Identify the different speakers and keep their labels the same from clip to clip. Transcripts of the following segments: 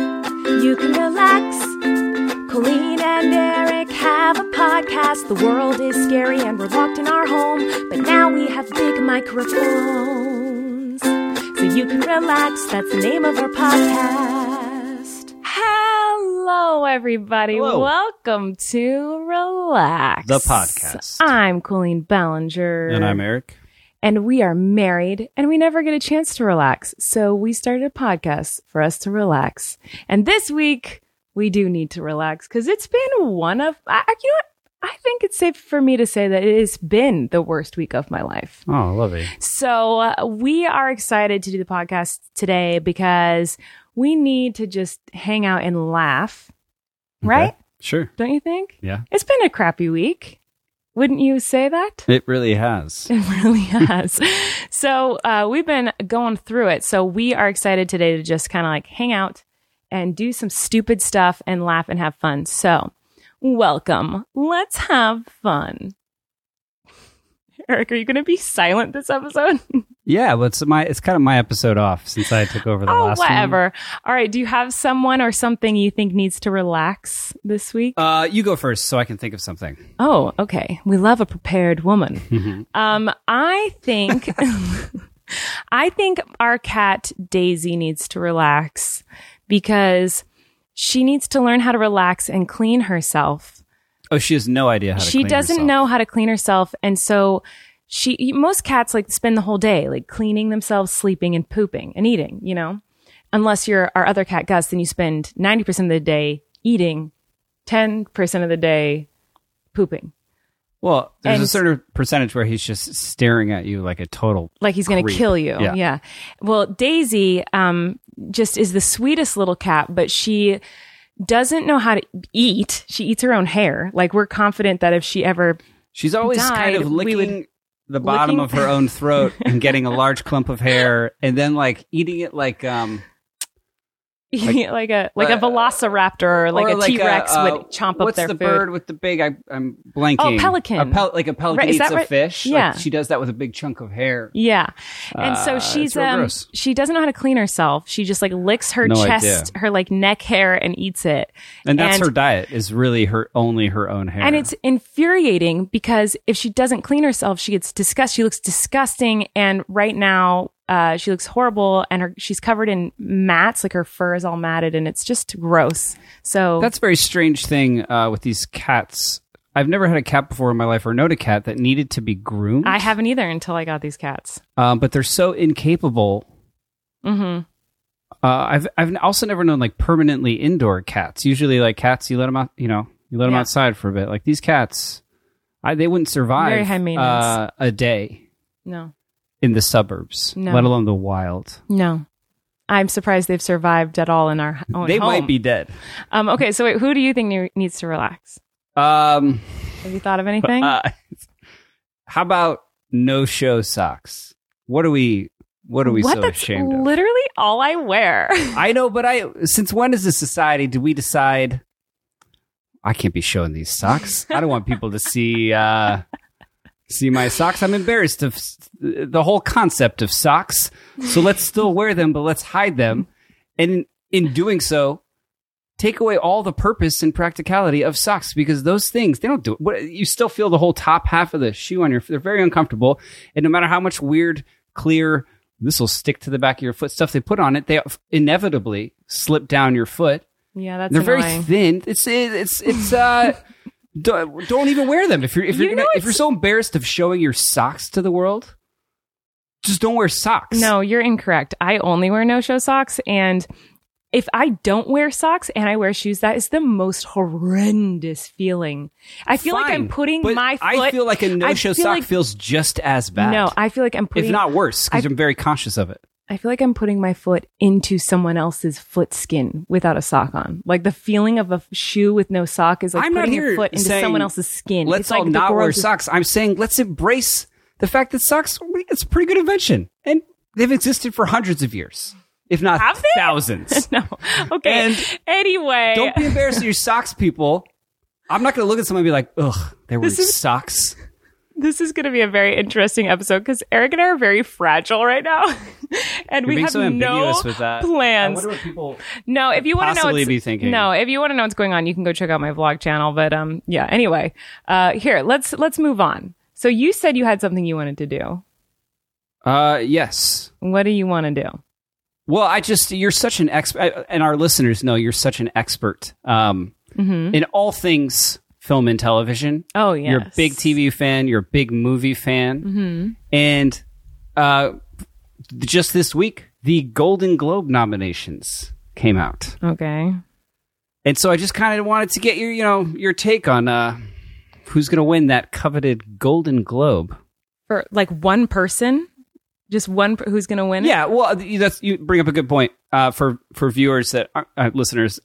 Speaker 1: You can relax. Colleen and Eric have a podcast. The world is scary and we're locked in our home, but now we have big microphones. So you can relax. That's the name of our podcast. Hello, everybody.
Speaker 2: Hello.
Speaker 1: Welcome to Relax,
Speaker 2: The podcast.
Speaker 1: I'm Colleen Ballinger.
Speaker 2: And I'm Eric.
Speaker 1: and we are married and we never get a chance to relax. So we started a podcast for us to relax. And this week we do need to relax because it's been one of, I, I- you know what? I think it's safe for me to say that it has been the worst week of my life.
Speaker 2: Oh, lovely.
Speaker 1: So uh, we are excited to do the podcast today because we need to just hang out and laugh, right?
Speaker 2: Sure.
Speaker 1: Don't you think?
Speaker 2: Yeah.
Speaker 1: It's been a crappy week. Wouldn't you say that?
Speaker 2: It really has.
Speaker 1: It really has. so uh, we've been going through it. So we are excited today to just kind of like hang out and do some stupid stuff and laugh and have fun. So welcome. Let's have fun. Eric, are you going to be silent this episode?
Speaker 2: Yeah, but it's my it's kind of my episode off since I took over the
Speaker 1: oh,
Speaker 2: last one.
Speaker 1: whatever. All right. Do you have someone or something you think needs to relax this week?
Speaker 2: Uh, you go first so I can think of something.
Speaker 1: Oh, okay. We love a prepared
Speaker 2: Mm-hmm.
Speaker 1: woman. um, I think, I think our cat Daisy needs to relax because she needs to learn how to relax and clean herself.
Speaker 2: Oh, she has no idea how to
Speaker 1: She
Speaker 2: clean
Speaker 1: doesn't
Speaker 2: herself.
Speaker 1: know how to clean herself, and so she. Most cats like spend the whole day like cleaning themselves, sleeping, and pooping and eating. You know, unless you're our other cat Gus, then you spend ninety percent of the day eating, ten percent of the day pooping.
Speaker 2: Well, there's a
Speaker 1: and-
Speaker 2: certain percentage where he's just staring at you like a total
Speaker 1: like he's going to
Speaker 2: creep.
Speaker 1: kill you.
Speaker 2: Yeah.
Speaker 1: Well, Daisy um, just is the sweetest little cat, but she doesn't know how to eat. She eats her own hair. Like we're confident that if she ever
Speaker 2: She's always kind
Speaker 1: died,
Speaker 2: of
Speaker 1: we
Speaker 2: licking
Speaker 1: would-
Speaker 2: the bottom
Speaker 1: licking-
Speaker 2: of her own throat and getting a large clump of hair and then like eating it like um
Speaker 1: like, a like a
Speaker 2: Uh,
Speaker 1: velociraptor or like
Speaker 2: or
Speaker 1: a T Rex
Speaker 2: uh,
Speaker 1: would chomp up
Speaker 2: what's
Speaker 1: their
Speaker 2: the
Speaker 1: food.
Speaker 2: bird with the big? I, I'm blanking.
Speaker 1: Oh, pelican.
Speaker 2: A pel- like a pelican
Speaker 1: Right, is
Speaker 2: eats
Speaker 1: that
Speaker 2: a
Speaker 1: right?
Speaker 2: fish. Like,
Speaker 1: Yeah.
Speaker 2: she does that with a big chunk of hair.
Speaker 1: Yeah. And
Speaker 2: Uh,
Speaker 1: so
Speaker 2: it's
Speaker 1: she's
Speaker 2: real
Speaker 1: um
Speaker 2: gross.
Speaker 1: she doesn't know how to clean herself. She just like licks her
Speaker 2: No
Speaker 1: chest, her like neck hair and eats it.
Speaker 2: And that's
Speaker 1: And-
Speaker 2: her diet is really her only her own hair.
Speaker 1: And it's infuriating because if she doesn't clean herself, she gets disgust. She looks disgusting, and right now uh, she looks horrible, and her she's covered in mats, like her fur is all matted, and it's just gross. So
Speaker 2: that's a very strange thing uh, with these cats. I've never had a cat before in my life or known a cat that needed to be groomed.
Speaker 1: I haven't either until I got these cats.
Speaker 2: um, but they're so incapable.
Speaker 1: hmm
Speaker 2: Uh, I've I've also never known like permanently indoor cats. Usually, like cats, you let them out, you know, you let them
Speaker 1: Yeah.
Speaker 2: outside for a bit. Like these cats, I, they wouldn't survive
Speaker 1: Very high maintenance.
Speaker 2: Uh, a day.
Speaker 1: No,
Speaker 2: in the suburbs,
Speaker 1: No.
Speaker 2: let alone the wild.
Speaker 1: no, I'm surprised they've survived Oh, at all in our own
Speaker 2: they
Speaker 1: home.
Speaker 2: might be dead.
Speaker 1: Um, okay, so wait, who do you think ne- needs to relax?
Speaker 2: Um,
Speaker 1: Have you thought of anything?
Speaker 2: uh, how about no show socks? What are we? What are we
Speaker 1: what?
Speaker 2: so
Speaker 1: That's
Speaker 2: ashamed of?
Speaker 1: literally all I wear.
Speaker 2: I know, but I. Since when is this society? Do we decide? I can't be showing these socks. I don't want people to see uh, see my socks. I'm embarrassed of s- the whole concept of socks. So let's still wear them, but let's hide them. And in doing so, take away all the purpose and practicality of socks because those things they don't do what you still feel the whole top half of the shoe on your they're very uncomfortable and no matter how much weird clear this will stick to the back of your foot stuff they put on it they inevitably slip down your foot
Speaker 1: yeah, that's
Speaker 2: they're
Speaker 1: annoying.
Speaker 2: very thin it's it's it's uh don't, don't even wear them if you're if you're
Speaker 1: You know
Speaker 2: gonna, if
Speaker 1: it's-
Speaker 2: you're so embarrassed of showing your socks to the world just don't wear socks
Speaker 1: No, you're incorrect. I only wear no show socks. And if I don't wear socks and I wear shoes, that is the most horrendous feeling. I feel like I'm
Speaker 2: Fine.
Speaker 1: putting
Speaker 2: But
Speaker 1: my foot.
Speaker 2: I feel like a no-show
Speaker 1: I feel
Speaker 2: sock
Speaker 1: like-
Speaker 2: feels just as bad.
Speaker 1: No, I feel like I'm putting.
Speaker 2: if not worse, because
Speaker 1: I-
Speaker 2: I'm very conscious of it.
Speaker 1: I feel like I'm putting my foot into someone else's foot skin without a sock on. Like the feeling of a f- shoe with no sock is like
Speaker 2: I'm not
Speaker 1: putting
Speaker 2: here
Speaker 1: your foot into
Speaker 2: saying,
Speaker 1: someone else's skin.
Speaker 2: Let's
Speaker 1: It's like
Speaker 2: all
Speaker 1: the
Speaker 2: not wear
Speaker 1: grossest-
Speaker 2: socks. I'm saying let's embrace the fact that socks. It's a pretty good invention, and they've existed for hundreds of years, if not
Speaker 1: Have they?
Speaker 2: thousands.
Speaker 1: No. Okay.
Speaker 2: And
Speaker 1: anyway,
Speaker 2: Don't be embarrassed of your socks, people. I'm not going to look at someone and be like, "Ugh, they were
Speaker 1: This is-
Speaker 2: socks."
Speaker 1: This is going to be a very interesting episode because Eric and I are very fragile right now, and
Speaker 2: You're
Speaker 1: we
Speaker 2: being
Speaker 1: have
Speaker 2: so
Speaker 1: no
Speaker 2: ambiguous with that. I
Speaker 1: plans.
Speaker 2: wonder what people
Speaker 1: No, if you want to know,
Speaker 2: possibly
Speaker 1: what's-
Speaker 2: be thinking.
Speaker 1: No, if you want to know what's going on, you can go check out my vlog channel. But um, yeah. Anyway, uh, here let's let's move on. So you said you had something you wanted to do.
Speaker 2: Uh, yes.
Speaker 1: What do you want to do?
Speaker 2: Well, I just you're such an expert, and our listeners know you're such an expert um,
Speaker 1: Mm-hmm.
Speaker 2: in all things film and television.
Speaker 1: Oh yes,
Speaker 2: You're a big TV fan. You're a big movie fan. And uh, just this week, the Golden Globe nominations came out,
Speaker 1: Okay.
Speaker 2: and so I just kind of wanted to get your you know your take on uh, who's going to win that coveted Golden Globe.
Speaker 1: For like one person, just one per- who's going to win. it?
Speaker 2: Yeah, well, th- that's you bring up a good point uh, for for viewers that aren't- uh, listeners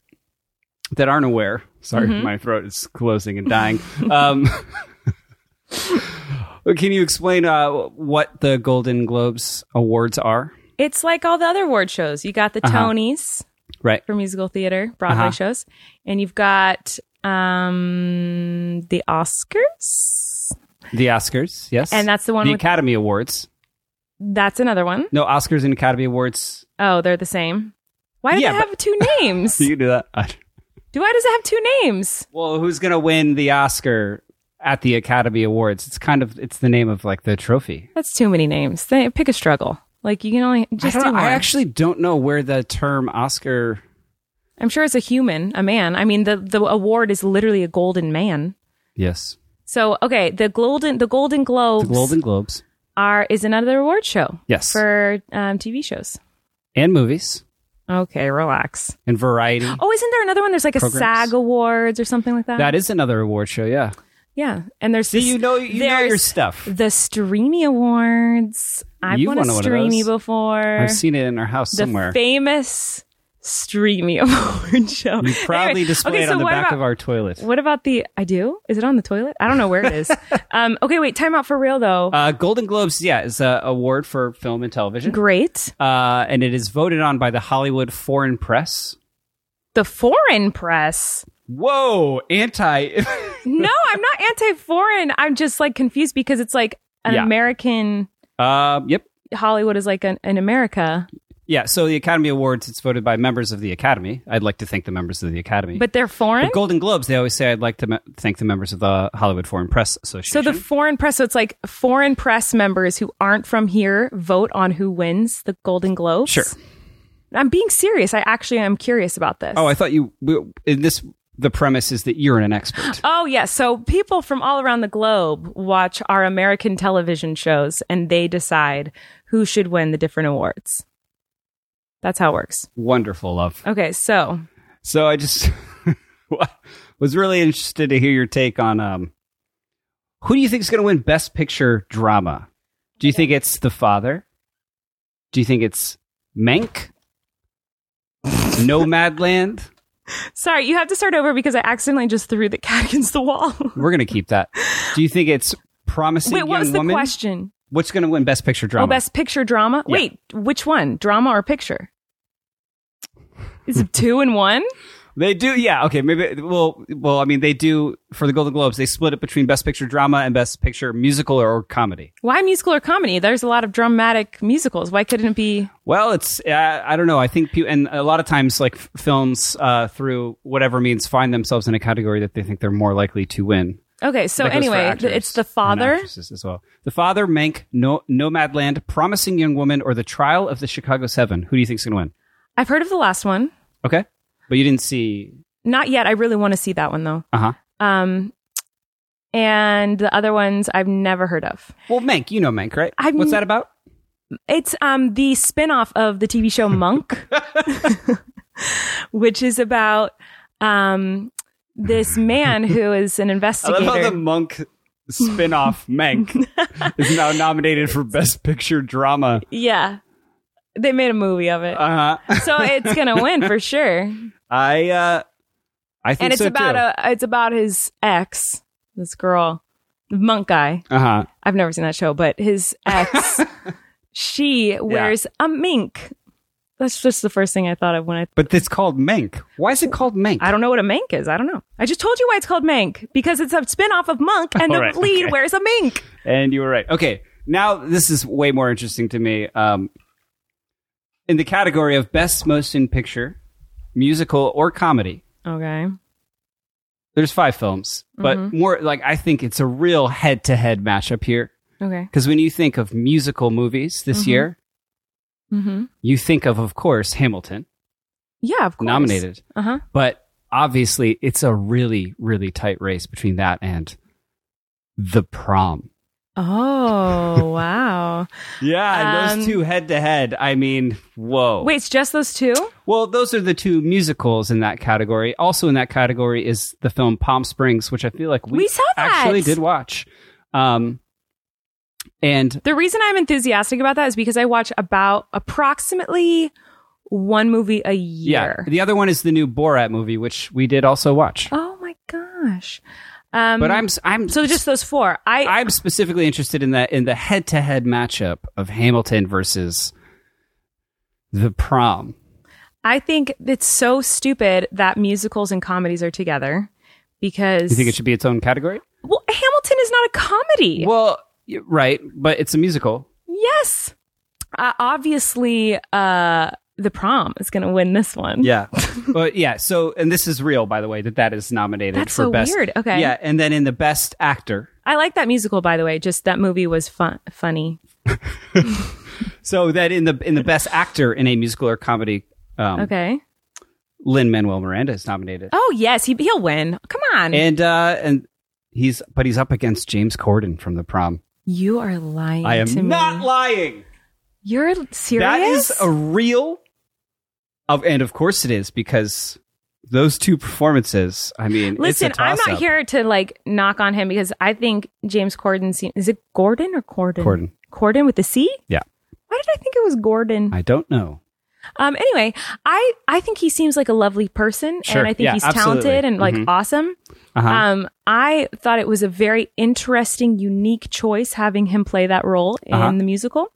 Speaker 2: that aren't aware. Sorry, my throat is closing and dying. um, well, can you explain uh, what the Golden Globes awards are?
Speaker 1: It's like all the other award shows. You got the
Speaker 2: Uh-huh.
Speaker 1: Tonys
Speaker 2: Right.
Speaker 1: for musical theater, Broadway
Speaker 2: Uh-huh.
Speaker 1: shows, and you've got um the Oscars.
Speaker 2: The Oscars, yes,
Speaker 1: And that's the one
Speaker 2: the
Speaker 1: with-
Speaker 2: Academy Awards.
Speaker 1: That's another one.
Speaker 2: No, Oscars and Academy Awards.
Speaker 1: Oh, they're the same. Why do
Speaker 2: Yeah,
Speaker 1: they
Speaker 2: but-
Speaker 1: have two names?
Speaker 2: You can do that.
Speaker 1: do why does it have two names?
Speaker 2: well, who's gonna win the Oscar at the Academy Awards? It's kind of it's the name of like the trophy.
Speaker 1: That's too many names. They, pick a struggle. Like you can only just
Speaker 2: I,
Speaker 1: do
Speaker 2: don't know.
Speaker 1: one.
Speaker 2: I actually don't know where the term Oscar
Speaker 1: I'm sure it's a human, a man. I mean, the the award is literally a golden man.
Speaker 2: Yes.
Speaker 1: So okay, the golden the Golden Globes
Speaker 2: The Golden Globes.
Speaker 1: are is another award show
Speaker 2: Yes.
Speaker 1: for um, TV shows.
Speaker 2: and movies
Speaker 1: Okay, relax.
Speaker 2: and variety.
Speaker 1: Oh, isn't there another one? There's like a
Speaker 2: Programs.
Speaker 1: SAG Awards or something like that.
Speaker 2: That is another award show, yeah.
Speaker 1: yeah, and there's
Speaker 2: See, you know you know your
Speaker 1: there's
Speaker 2: stuff.
Speaker 1: the Streamy Awards. I've
Speaker 2: You've
Speaker 1: won a
Speaker 2: won one of those.
Speaker 1: Streamy before.
Speaker 2: I've seen it in our house somewhere.
Speaker 1: The famous Streamy Award show.
Speaker 2: you proudly
Speaker 1: Anyway,
Speaker 2: display
Speaker 1: okay,
Speaker 2: it
Speaker 1: so
Speaker 2: on the
Speaker 1: what
Speaker 2: back
Speaker 1: about,
Speaker 2: of our toilet.
Speaker 1: What about the? I do. Is it on the toilet? I don't know where it is. um. Okay. Wait. Time out for real though.
Speaker 2: Uh, Golden Globes, yeah, is a award for film and television.
Speaker 1: Great.
Speaker 2: Uh, and it is voted on by the Hollywood Foreign Press.
Speaker 1: The foreign press.
Speaker 2: Whoa, anti.
Speaker 1: No, I'm not anti-foreign. I'm just like confused because it's like an
Speaker 2: Yeah.
Speaker 1: American
Speaker 2: um, yep.
Speaker 1: Hollywood is like an, an America,
Speaker 2: Yeah, so the Academy Awards, it's voted by members of the Academy. I'd like to thank the members of the Academy.
Speaker 1: but they're
Speaker 2: the
Speaker 1: foreign.
Speaker 2: Golden Globes, they always say I'd like to me- thank the members of the Hollywood Foreign Press
Speaker 1: So
Speaker 2: Association.
Speaker 1: the foreign press, so it's like foreign press members who aren't from here vote on who wins the Golden Globes.
Speaker 2: Sure.
Speaker 1: I'm being serious. I actually am curious about this.
Speaker 2: Oh, I thought you. w- In this, the premise is that you're an expert.
Speaker 1: Oh, yeah. So people from all around the globe watch our American television shows and they decide who should win the different awards. That's how it works.
Speaker 2: Wonderful, love.
Speaker 1: Okay. So
Speaker 2: So I just was really interested to hear your take on um, who do you think is going to win Best Picture Drama? Do you think it's The Father? Do you think it's Mank? Nomadland?
Speaker 1: sorry, you have to start over because I accidentally just threw the cat against the wall.
Speaker 2: We're going to keep that. Do you think it's Promising
Speaker 1: Wait,
Speaker 2: Young
Speaker 1: what was the
Speaker 2: Woman?
Speaker 1: question?
Speaker 2: What's going to win Best Picture Drama?
Speaker 1: Oh, best picture drama?
Speaker 2: Yeah.
Speaker 1: Wait, which one? Drama or picture? Is it two and one?
Speaker 2: They do, yeah. Okay, maybe. Well, well, I mean, they do for the Golden Globes. They split it between Best Picture Drama and Best Picture Musical or Comedy.
Speaker 1: Why musical or comedy? There's a lot of dramatic musicals. Why couldn't it be?
Speaker 2: Well, it's uh, I don't know. I think people, and a lot of times, like f- films uh, through whatever means, find themselves in a category that they think they're more likely to win.
Speaker 1: Okay, so
Speaker 2: That goes for
Speaker 1: anyway, th-
Speaker 2: actors
Speaker 1: it's the
Speaker 2: and
Speaker 1: father.
Speaker 2: actresses as well. The father, Mank, no- Nomadland, Promising Young Woman, or The Trial of the Chicago Seven. Who do you think's going to win?
Speaker 1: I've heard of the last one.
Speaker 2: Okay, but you didn't see.
Speaker 1: Not yet. I really want to see that one though.
Speaker 2: Uh huh.
Speaker 1: Um, and the other ones I've never heard of.
Speaker 2: Well, Mank, you know Mank, right?
Speaker 1: I've
Speaker 2: What's
Speaker 1: n-
Speaker 2: that about?
Speaker 1: It's um the spin-off of the TV show Monk, which is about um this man who is an
Speaker 2: I love how the
Speaker 1: investigator.
Speaker 2: monk spin-off Mank is now nominated for Best Picture Drama.
Speaker 1: Yeah. They made a movie of it.
Speaker 2: Uh huh.
Speaker 1: so it's going to win for sure.
Speaker 2: I uh I think
Speaker 1: And it's
Speaker 2: so
Speaker 1: about a it's about his ex, this girl, the monk guy.
Speaker 2: a uh-huh.
Speaker 1: I've never seen that show, but his ex, she wears a mink. That's just the first thing I thought of when I.
Speaker 2: But it's called Mank. Why is it called Mank?
Speaker 1: I don't know what a mink is. I don't know. I just told you why it's called mink because it's a spin-off of Monk, and
Speaker 2: All
Speaker 1: the
Speaker 2: right,
Speaker 1: lead
Speaker 2: okay.
Speaker 1: wears a mink.
Speaker 2: And you were right. Okay. Now this is way more interesting to me. Um, in the category of best motion picture, musical or comedy,
Speaker 1: Okay.
Speaker 2: there's five films, but
Speaker 1: Mm-hmm.
Speaker 2: more like I think it's a real head-to-head matchup here
Speaker 1: Okay.
Speaker 2: because when you think of musical movies this year,
Speaker 1: Mm-hmm.
Speaker 2: you think of, of course, Hamilton
Speaker 1: Yeah, of course.
Speaker 2: nominated,
Speaker 1: Uh huh.
Speaker 2: but obviously it's a really, really tight race between that and The Prom.
Speaker 1: Oh wow.
Speaker 2: Yeah, and those
Speaker 1: Um,
Speaker 2: two head to head. I mean, whoa.
Speaker 1: Wait, it's just those two?
Speaker 2: Well, those are the two musicals in that category. Also in that category is the film Palm Springs, which I feel like we,
Speaker 1: We saw that!
Speaker 2: actually did watch. Um, and
Speaker 1: The reason I'm enthusiastic about that is because I watch about approximately one movie a
Speaker 2: yeah,
Speaker 1: year.
Speaker 2: the other one is the new Borat movie, which we did also watch.
Speaker 1: Oh my gosh. Um,
Speaker 2: But I'm s- I'm
Speaker 1: so just those four. I
Speaker 2: I'm specifically interested in that in the head to head matchup of Hamilton versus the prom.
Speaker 1: I think it's so stupid that musicals and comedies are together because
Speaker 2: You think it should be its own category?
Speaker 1: well, Hamilton is not a comedy.
Speaker 2: Well, y- right, but it's a musical.
Speaker 1: yes, uh, obviously, uh, the prom is going to win this one.
Speaker 2: Yeah. but yeah, so and this is real by the way that that is nominated
Speaker 1: That's
Speaker 2: for
Speaker 1: so
Speaker 2: best.
Speaker 1: weird. Okay.
Speaker 2: Yeah, and then in the best actor.
Speaker 1: I like that musical, by the way. Just that movie was fun, funny.
Speaker 2: So that in the in the best actor in a musical or comedy um
Speaker 1: Okay.
Speaker 2: Lin Manuel Miranda is nominated.
Speaker 1: Oh yes, he he'll win. Come on,
Speaker 2: And uh and he's but he's up against James Corden from The Prom.
Speaker 1: you are lying.
Speaker 2: I
Speaker 1: to
Speaker 2: am
Speaker 1: me.
Speaker 2: not lying.
Speaker 1: You're serious.
Speaker 2: That is a real of and of course it is because those two performances, I mean,
Speaker 1: Listen,
Speaker 2: it's a
Speaker 1: I'm not
Speaker 2: toss-up.
Speaker 1: here to like knock on him because I think James Corden seems. Is it Gordon or Corden?
Speaker 2: Corden.
Speaker 1: Corden with the C?
Speaker 2: Yeah.
Speaker 1: Why did I think it was Gordon?
Speaker 2: I don't know.
Speaker 1: Um. Anyway, I I think he seems like a lovely person,
Speaker 2: Sure.
Speaker 1: and I think
Speaker 2: Yeah,
Speaker 1: he's
Speaker 2: absolutely.
Speaker 1: talented and like
Speaker 2: Mhm.
Speaker 1: awesome.
Speaker 2: Uh-huh.
Speaker 1: Um. I thought it was a very interesting, unique choice having him play that role in
Speaker 2: Uh-huh.
Speaker 1: the musical.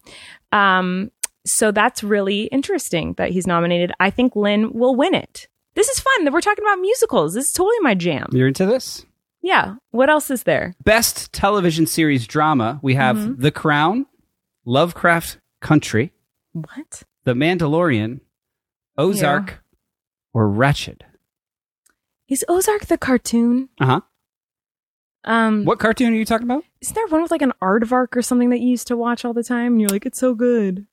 Speaker 1: Um. So that's really interesting that he's nominated. I think Lynn will win it. This is fun. We're talking about musicals. This is totally my jam.
Speaker 2: You're into this?
Speaker 1: Yeah. What else is there?
Speaker 2: Best television series drama, we have
Speaker 1: Mm-hmm.
Speaker 2: The Crown, Lovecraft Country,
Speaker 1: What?
Speaker 2: The Mandalorian, Ozark, or Wretched.
Speaker 1: Is Ozark the cartoon?
Speaker 2: Uh huh.
Speaker 1: Um,
Speaker 2: What cartoon are you talking about?
Speaker 1: isn't there one with like an aardvark or something that you used to watch all the time? And you're like, it's so good.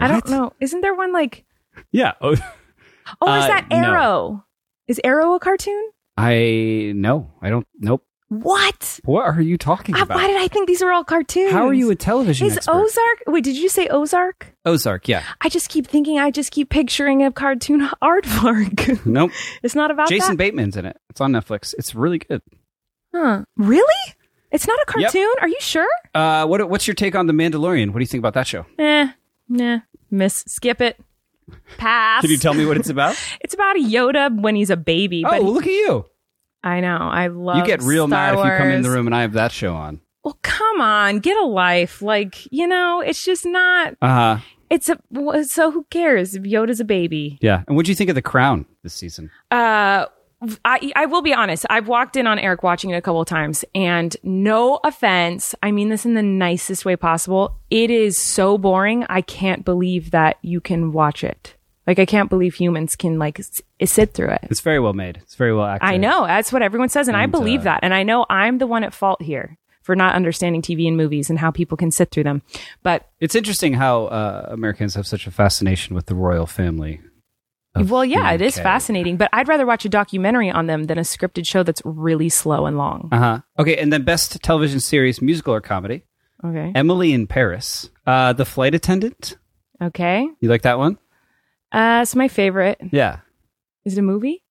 Speaker 1: I don't
Speaker 2: What?
Speaker 1: know. Isn't there one like?
Speaker 2: Yeah. Oh,
Speaker 1: Oh, is
Speaker 2: Uh,
Speaker 1: that
Speaker 2: no.
Speaker 1: Arrow? Is Arrow a cartoon?
Speaker 2: I no, I don't. Nope.
Speaker 1: What?
Speaker 2: What are you talking
Speaker 1: Ah, why
Speaker 2: about?
Speaker 1: did I think these were all cartoons?
Speaker 2: How are you a television
Speaker 1: Is
Speaker 2: expert?
Speaker 1: Ozark? Wait, did you say Ozark?
Speaker 2: Ozark, yeah.
Speaker 1: I just keep thinking. I just keep picturing a cartoon aardvark.
Speaker 2: Nope.
Speaker 1: it's not about
Speaker 2: Jason
Speaker 1: that.
Speaker 2: Bateman's in it. It's on Netflix. It's really good.
Speaker 1: huh. Really? It's not a
Speaker 2: Yep.
Speaker 1: cartoon. Are you sure?
Speaker 2: Uh, what, what's your take on The Mandalorian? What do you think about that show?
Speaker 1: Eh, nah. Miss, skip it. Pass.
Speaker 2: Can you tell me what it's about?
Speaker 1: It's about a Yoda when he's a baby.
Speaker 2: oh,
Speaker 1: but
Speaker 2: look at you.
Speaker 1: I know. I love.
Speaker 2: You get real
Speaker 1: Star
Speaker 2: mad if you come in the
Speaker 1: Wars.
Speaker 2: room and I have that show on.
Speaker 1: Well, come on, get a life. Like you know, it's just not.
Speaker 2: Uh huh.
Speaker 1: It's a wh- so who cares? if Yoda's a baby.
Speaker 2: Yeah. And what'd you think of The Crown this season?
Speaker 1: Uh, I I will be honest. I've walked in on Eric watching it a couple of times, and no offense, I mean this in the nicest way possible. It is so boring. I can't believe that you can watch it. Like I can't believe humans can like s- sit through it.
Speaker 2: It's very well made. It's very well acted.
Speaker 1: I know. That's what everyone says. And, I
Speaker 2: And,
Speaker 1: believe
Speaker 2: uh,
Speaker 1: that. And I know I'm the one at fault here for not understanding TV and movies and how people can sit through them. But,
Speaker 2: It's interesting how uh, Americans have such a fascination with the royal family. of
Speaker 1: well, yeah,
Speaker 2: the
Speaker 1: it is
Speaker 2: UK.
Speaker 1: fascinating. But I'd rather watch a documentary on them than a scripted show that's really slow and long.
Speaker 2: Uh huh. Okay, and then best television series, musical or comedy:
Speaker 1: Okay.
Speaker 2: Emily in Paris, uh, The Flight Attendant.
Speaker 1: Okay.
Speaker 2: You like that one?
Speaker 1: Uh, so, my favorite
Speaker 2: Yeah.
Speaker 1: is it a movie?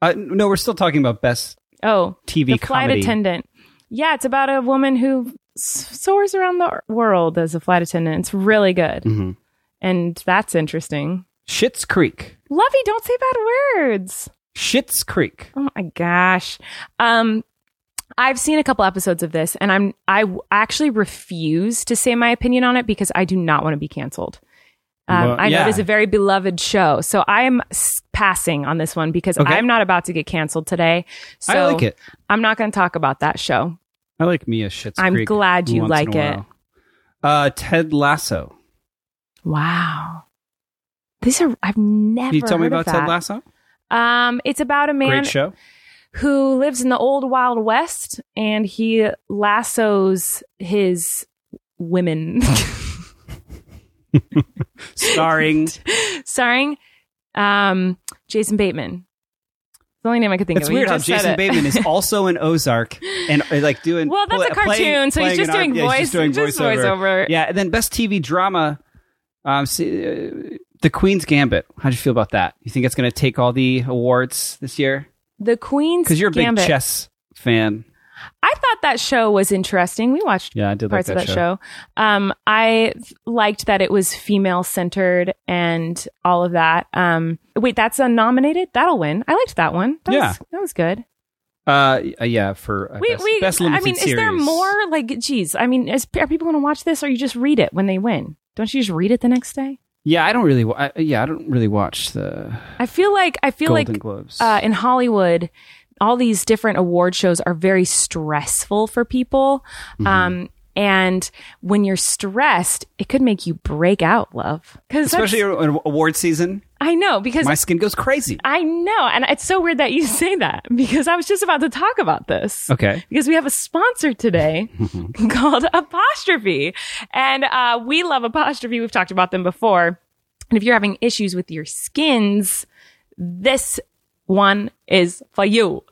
Speaker 2: Uh, no, we're still talking about best
Speaker 1: Oh,
Speaker 2: TV
Speaker 1: The Flight
Speaker 2: comedy.
Speaker 1: Attendant. Yeah, it's about a woman who s- soars around the world as a flight attendant. It's really good.
Speaker 2: Mhm.
Speaker 1: And that's interesting.
Speaker 2: Schitt's Creek.
Speaker 1: Lovey, don't say bad words.
Speaker 2: Schitt's Creek.
Speaker 1: Oh my gosh. Um I've seen a couple episodes of this and I'm I w- actually refuse to say my opinion on it because I do not want to be canceled. Um,
Speaker 2: Well,
Speaker 1: I know
Speaker 2: yeah.
Speaker 1: it is a very beloved show, so I am s- passing on this one because
Speaker 2: Okay.
Speaker 1: I'm not about to get canceled today. So
Speaker 2: I like it.
Speaker 1: I'm not going to talk about that show.
Speaker 2: I like Mia Shits
Speaker 1: I'm
Speaker 2: Creek
Speaker 1: glad you
Speaker 2: once in
Speaker 1: like
Speaker 2: a
Speaker 1: it.
Speaker 2: while. Uh, Ted Lasso.
Speaker 1: Wow, these are I've never.
Speaker 2: Can you tell me
Speaker 1: heard of
Speaker 2: about Ted
Speaker 1: that.
Speaker 2: Lasso?
Speaker 1: Um, it's about a man
Speaker 2: Great show.
Speaker 1: who lives in the old wild west and he lassos his women
Speaker 2: Starring
Speaker 1: starring um jason bateman the only name i could think
Speaker 2: It's
Speaker 1: of You
Speaker 2: weird how
Speaker 1: just said
Speaker 2: Jason
Speaker 1: it.
Speaker 2: Bateman is also in Ozark and uh, like doing.
Speaker 1: well that's a
Speaker 2: pl-
Speaker 1: cartoon
Speaker 2: playing-
Speaker 1: so he's
Speaker 2: playing
Speaker 1: just
Speaker 2: an
Speaker 1: doing
Speaker 2: arm- yeah,
Speaker 1: voice
Speaker 2: he's just doing voiceover.
Speaker 1: voiceover.
Speaker 2: Yeah, and then best TV drama. Um, see, uh, the Queen's Gambit. How'd you feel about that? You think it's going to take all the awards this year?
Speaker 1: the queen's
Speaker 2: Because you're a
Speaker 1: Gambit.
Speaker 2: big chess fan.
Speaker 1: i thought that show was interesting we watched
Speaker 2: Yeah, I did
Speaker 1: parts of that show. Um, I th- liked that it was female centered and all of that. Um, wait, that's a nominated. That'll win. I liked that one. That
Speaker 2: Yeah.
Speaker 1: was, that was good.
Speaker 2: Uh, y- uh, yeah, for uh,
Speaker 1: We,
Speaker 2: best,
Speaker 1: we,
Speaker 2: best
Speaker 1: I
Speaker 2: limited
Speaker 1: mean, is there
Speaker 2: series.
Speaker 1: more? Like, geez, I mean, is, are people going to watch this, or you just read it when they win? Don't you just read it the next day?
Speaker 2: Yeah, I don't really. Wa- I, yeah, I don't really watch the
Speaker 1: I feel like I feel
Speaker 2: Golden
Speaker 1: like
Speaker 2: Globes.
Speaker 1: uh, in Hollywood, all these different award shows are very stressful for people.
Speaker 2: Mm-hmm.
Speaker 1: Um, and when you're stressed, it could make you break out, love. 'Cause that's-
Speaker 2: Especially in award season,
Speaker 1: I know because
Speaker 2: my skin goes crazy.
Speaker 1: I know, and it's so weird that you say that because I was just about to talk about this.
Speaker 2: Okay.
Speaker 1: Because we have a sponsor today called Apostrophe. And uh, we love Apostrophe. We've talked about them before. And if you're having issues with your skins, this one is for you.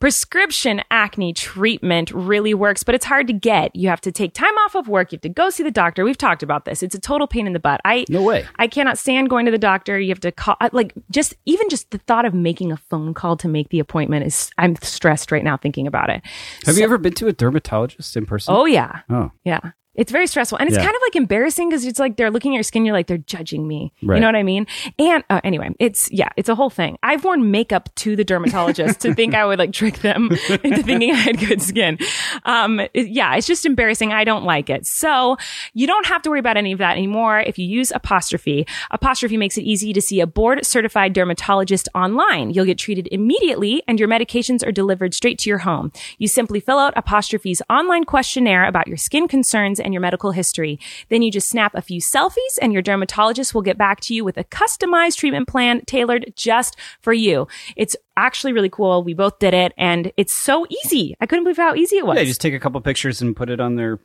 Speaker 1: Prescription acne treatment really works, but it's hard to get. You have to take time off of work. You have to go see the doctor. We've talked about this. It's a total pain in the butt. I
Speaker 2: No way.
Speaker 1: I cannot stand going to the doctor. You have to call, I- like, just even just the thought of making a phone call to make the appointment is, I'm stressed right now thinking about it.
Speaker 2: Have you ever been to a dermatologist in person?
Speaker 1: Oh, yeah.
Speaker 2: Oh.
Speaker 1: Yeah. It's very stressful. And it's
Speaker 2: Yeah.
Speaker 1: kind of like embarrassing because it's like they're looking at your skin. You're like, they're judging me.
Speaker 2: Right.
Speaker 1: You know what I mean? And uh, anyway, it's, yeah, it's a whole thing. I've worn makeup to the dermatologist to think I would like trick them into thinking I had good skin. Um, it- yeah, it's just embarrassing. I don't like it. So you don't have to worry about any of that anymore if you use Apostrophe. Apostrophe makes it easy to see a board certified dermatologist online. You'll get treated immediately and your medications are delivered straight to your home. You simply fill out Apostrophe's online questionnaire about your skin concerns and your medical history. Then you just snap a few selfies and your dermatologist will get back to you with a customized treatment plan tailored just for you. It's actually really cool. We both did it and it's so easy. I couldn't believe how easy it was.
Speaker 2: Yeah, just take a couple pictures and put it on their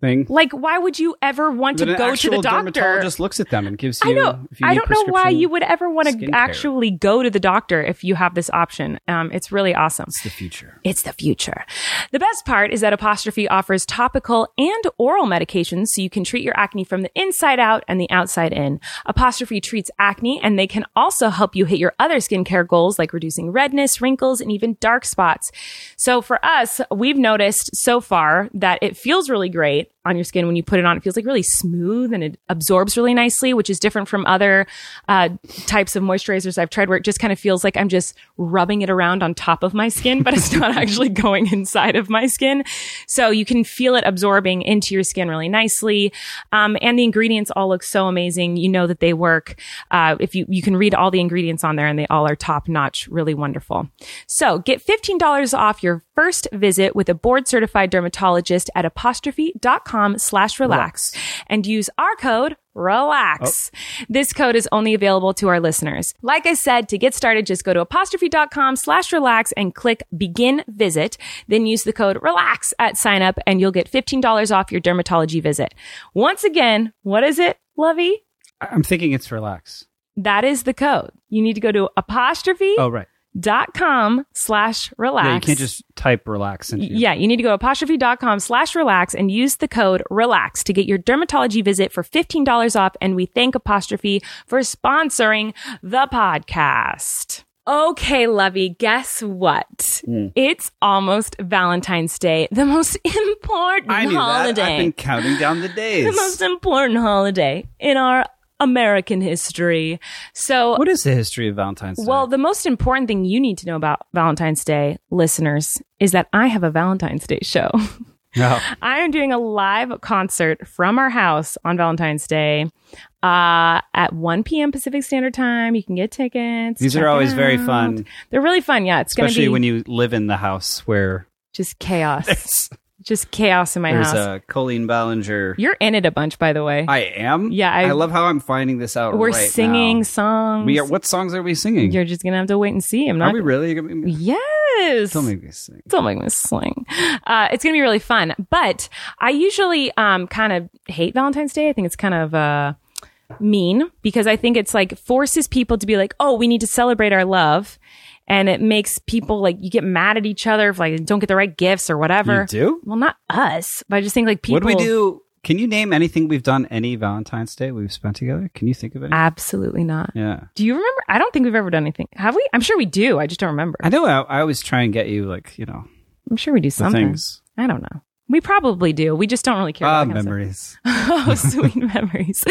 Speaker 2: thing.
Speaker 1: like, why would you ever want to
Speaker 2: But an
Speaker 1: go to
Speaker 2: actual
Speaker 1: the doctor?
Speaker 2: dermatologist looks at them and gives you.
Speaker 1: I know.
Speaker 2: If you
Speaker 1: I
Speaker 2: need
Speaker 1: don't know why
Speaker 2: prescription,
Speaker 1: you would ever want to
Speaker 2: skincare.
Speaker 1: actually go to the doctor if you have this option. Um, it's really awesome.
Speaker 2: It's the future.
Speaker 1: It's the future. The best part is that Apostrophe offers topical and oral medications so you can treat your acne from the inside out and the outside in. Apostrophe treats acne and they can also help you hit your other skincare goals like reducing redness, wrinkles, and even dark spots. So for us, we've noticed so far that it feels really great on your skin when you put it on. It feels like really smooth and it absorbs really nicely, which is different from other uh, types of moisturizers I've tried where it just kind of feels like I'm just rubbing it around on top of my skin, but it's not actually going inside of my skin. So you can feel it absorbing into your skin really nicely. Um, and the ingredients all look so amazing. You know that they work. Uh, if you, you can read all the ingredients on there and they all are top notch, really wonderful. So get $15 off your first visit with a board certified dermatologist at apostrophe.com slash relax and use our code relax.
Speaker 2: Oh.
Speaker 1: This code is only available to our listeners. Like I said, to get started, just go to apostrophe.com slash relax and click begin visit. Then use the code relax at sign up and you'll get $15 off your dermatology visit. Once again, what is it, Lovey?
Speaker 2: I- I'm thinking it's relax.
Speaker 1: That is the code. You need to go to apostrophe
Speaker 2: Oh right.
Speaker 1: dot com slash relax.
Speaker 2: Yeah, you can't just type relax and.
Speaker 1: Yeah, you need to go to apostrophe.com slash relax and use the code relax to get your dermatology visit for $15 off. And we thank Apostrophe for sponsoring the podcast. Okay, Lovey, guess what?
Speaker 2: Hmm.
Speaker 1: It's almost Valentine's Day, the most important
Speaker 2: I knew
Speaker 1: holiday
Speaker 2: that. I've been counting down the days.
Speaker 1: the most important holiday in our American history. So,
Speaker 2: what is the history of Valentine's Day?
Speaker 1: well, the most important thing you need to know about Valentine's Day, listeners, is that I have a Valentine's Day show.
Speaker 2: no.
Speaker 1: I am doing a live concert from our house on Valentine's Day. uh, at 1 p.m. Pacific Standard Time. You can get tickets.
Speaker 2: These
Speaker 1: Check
Speaker 2: are
Speaker 1: it
Speaker 2: always very
Speaker 1: out.
Speaker 2: fun,
Speaker 1: They're really fun. Yeah, it's going to
Speaker 2: especially
Speaker 1: be
Speaker 2: when you live in the house where
Speaker 1: just chaos.
Speaker 2: there's,
Speaker 1: just chaos in my
Speaker 2: there's
Speaker 1: house.
Speaker 2: a Colleen Ballinger.
Speaker 1: You're in it a bunch, by the way.
Speaker 2: I am.
Speaker 1: Yeah,
Speaker 2: I,
Speaker 1: I-
Speaker 2: love how I'm finding this out.
Speaker 1: We're
Speaker 2: right
Speaker 1: singing
Speaker 2: now.
Speaker 1: songs.
Speaker 2: We are. What songs are we singing?
Speaker 1: You're just gonna have to wait and see. I'm
Speaker 2: are
Speaker 1: not.
Speaker 2: we really? gonna be-
Speaker 1: yes.
Speaker 2: Don't make me sing.
Speaker 1: Don't make me sling. Uh, it's gonna be really fun. But I usually um kind of hate Valentine's Day. I think it's kind of uh mean because I think it's like forces people to be like, oh, we need to celebrate our love. And it makes people like you get mad at each other if like don't get the right gifts or whatever.
Speaker 2: You do?
Speaker 1: Well, not us, but I just think like people.
Speaker 2: What do we do? Can you name anything we've done any Valentine's Day we've spent together? Can you think of anything?
Speaker 1: Absolutely not.
Speaker 2: yeah.
Speaker 1: Do you remember? I don't think we've ever done anything. Have we? I'm sure we do. I just don't remember.
Speaker 2: I know I, I always try and get you like, you know,
Speaker 1: I'm sure we do
Speaker 2: the
Speaker 1: something.
Speaker 2: things.
Speaker 1: I don't know. We probably do. We just don't really care.
Speaker 2: Ah,
Speaker 1: about that kind of
Speaker 2: memories.
Speaker 1: stuff. oh, sweet memories.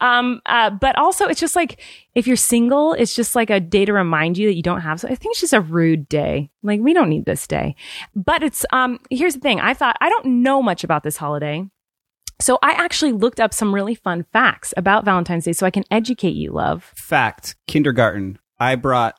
Speaker 1: Um, uh, but also, it's just like if you're single, it's just like a day to remind you that you don't have. So I think it's just a rude day. Like we don't need this day. But it's um. Here's the thing. I thought I don't know much about this holiday. So I actually looked up some really fun facts about Valentine's Day so I can educate you, love.
Speaker 2: Fact, kindergarten. I brought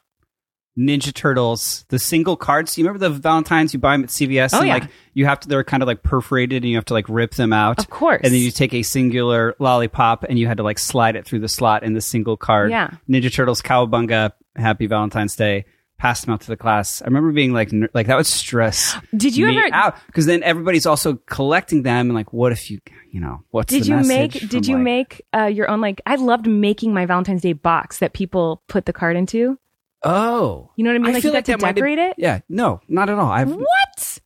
Speaker 2: Ninja Turtles, the single cards. You remember the Valentines you buy them at CVS
Speaker 1: Oh,
Speaker 2: and
Speaker 1: yeah.
Speaker 2: like you have to they're kind of like perforated and you have to like rip them out.
Speaker 1: Of course.
Speaker 2: And then you take a singular lollipop and you had to like slide it through the slot in the single card.
Speaker 1: Yeah.
Speaker 2: Ninja Turtles, Cowabunga, Happy Valentine's Day. Passed them out to the class. I remember being like, ner- like that would stress.
Speaker 1: Did you
Speaker 2: me
Speaker 1: ever
Speaker 2: out because then everybody's also collecting them and like, what if you, you know, what's
Speaker 1: did
Speaker 2: the
Speaker 1: you
Speaker 2: message
Speaker 1: make
Speaker 2: from,
Speaker 1: did you
Speaker 2: like-
Speaker 1: make uh, your own like i loved making my valentine's day box that people put the card into
Speaker 2: Oh,
Speaker 1: you know what i mean
Speaker 2: I
Speaker 1: like
Speaker 2: feel
Speaker 1: you got
Speaker 2: like
Speaker 1: to
Speaker 2: that might have-
Speaker 1: decorate it
Speaker 2: yeah. No, not at all. I've
Speaker 1: what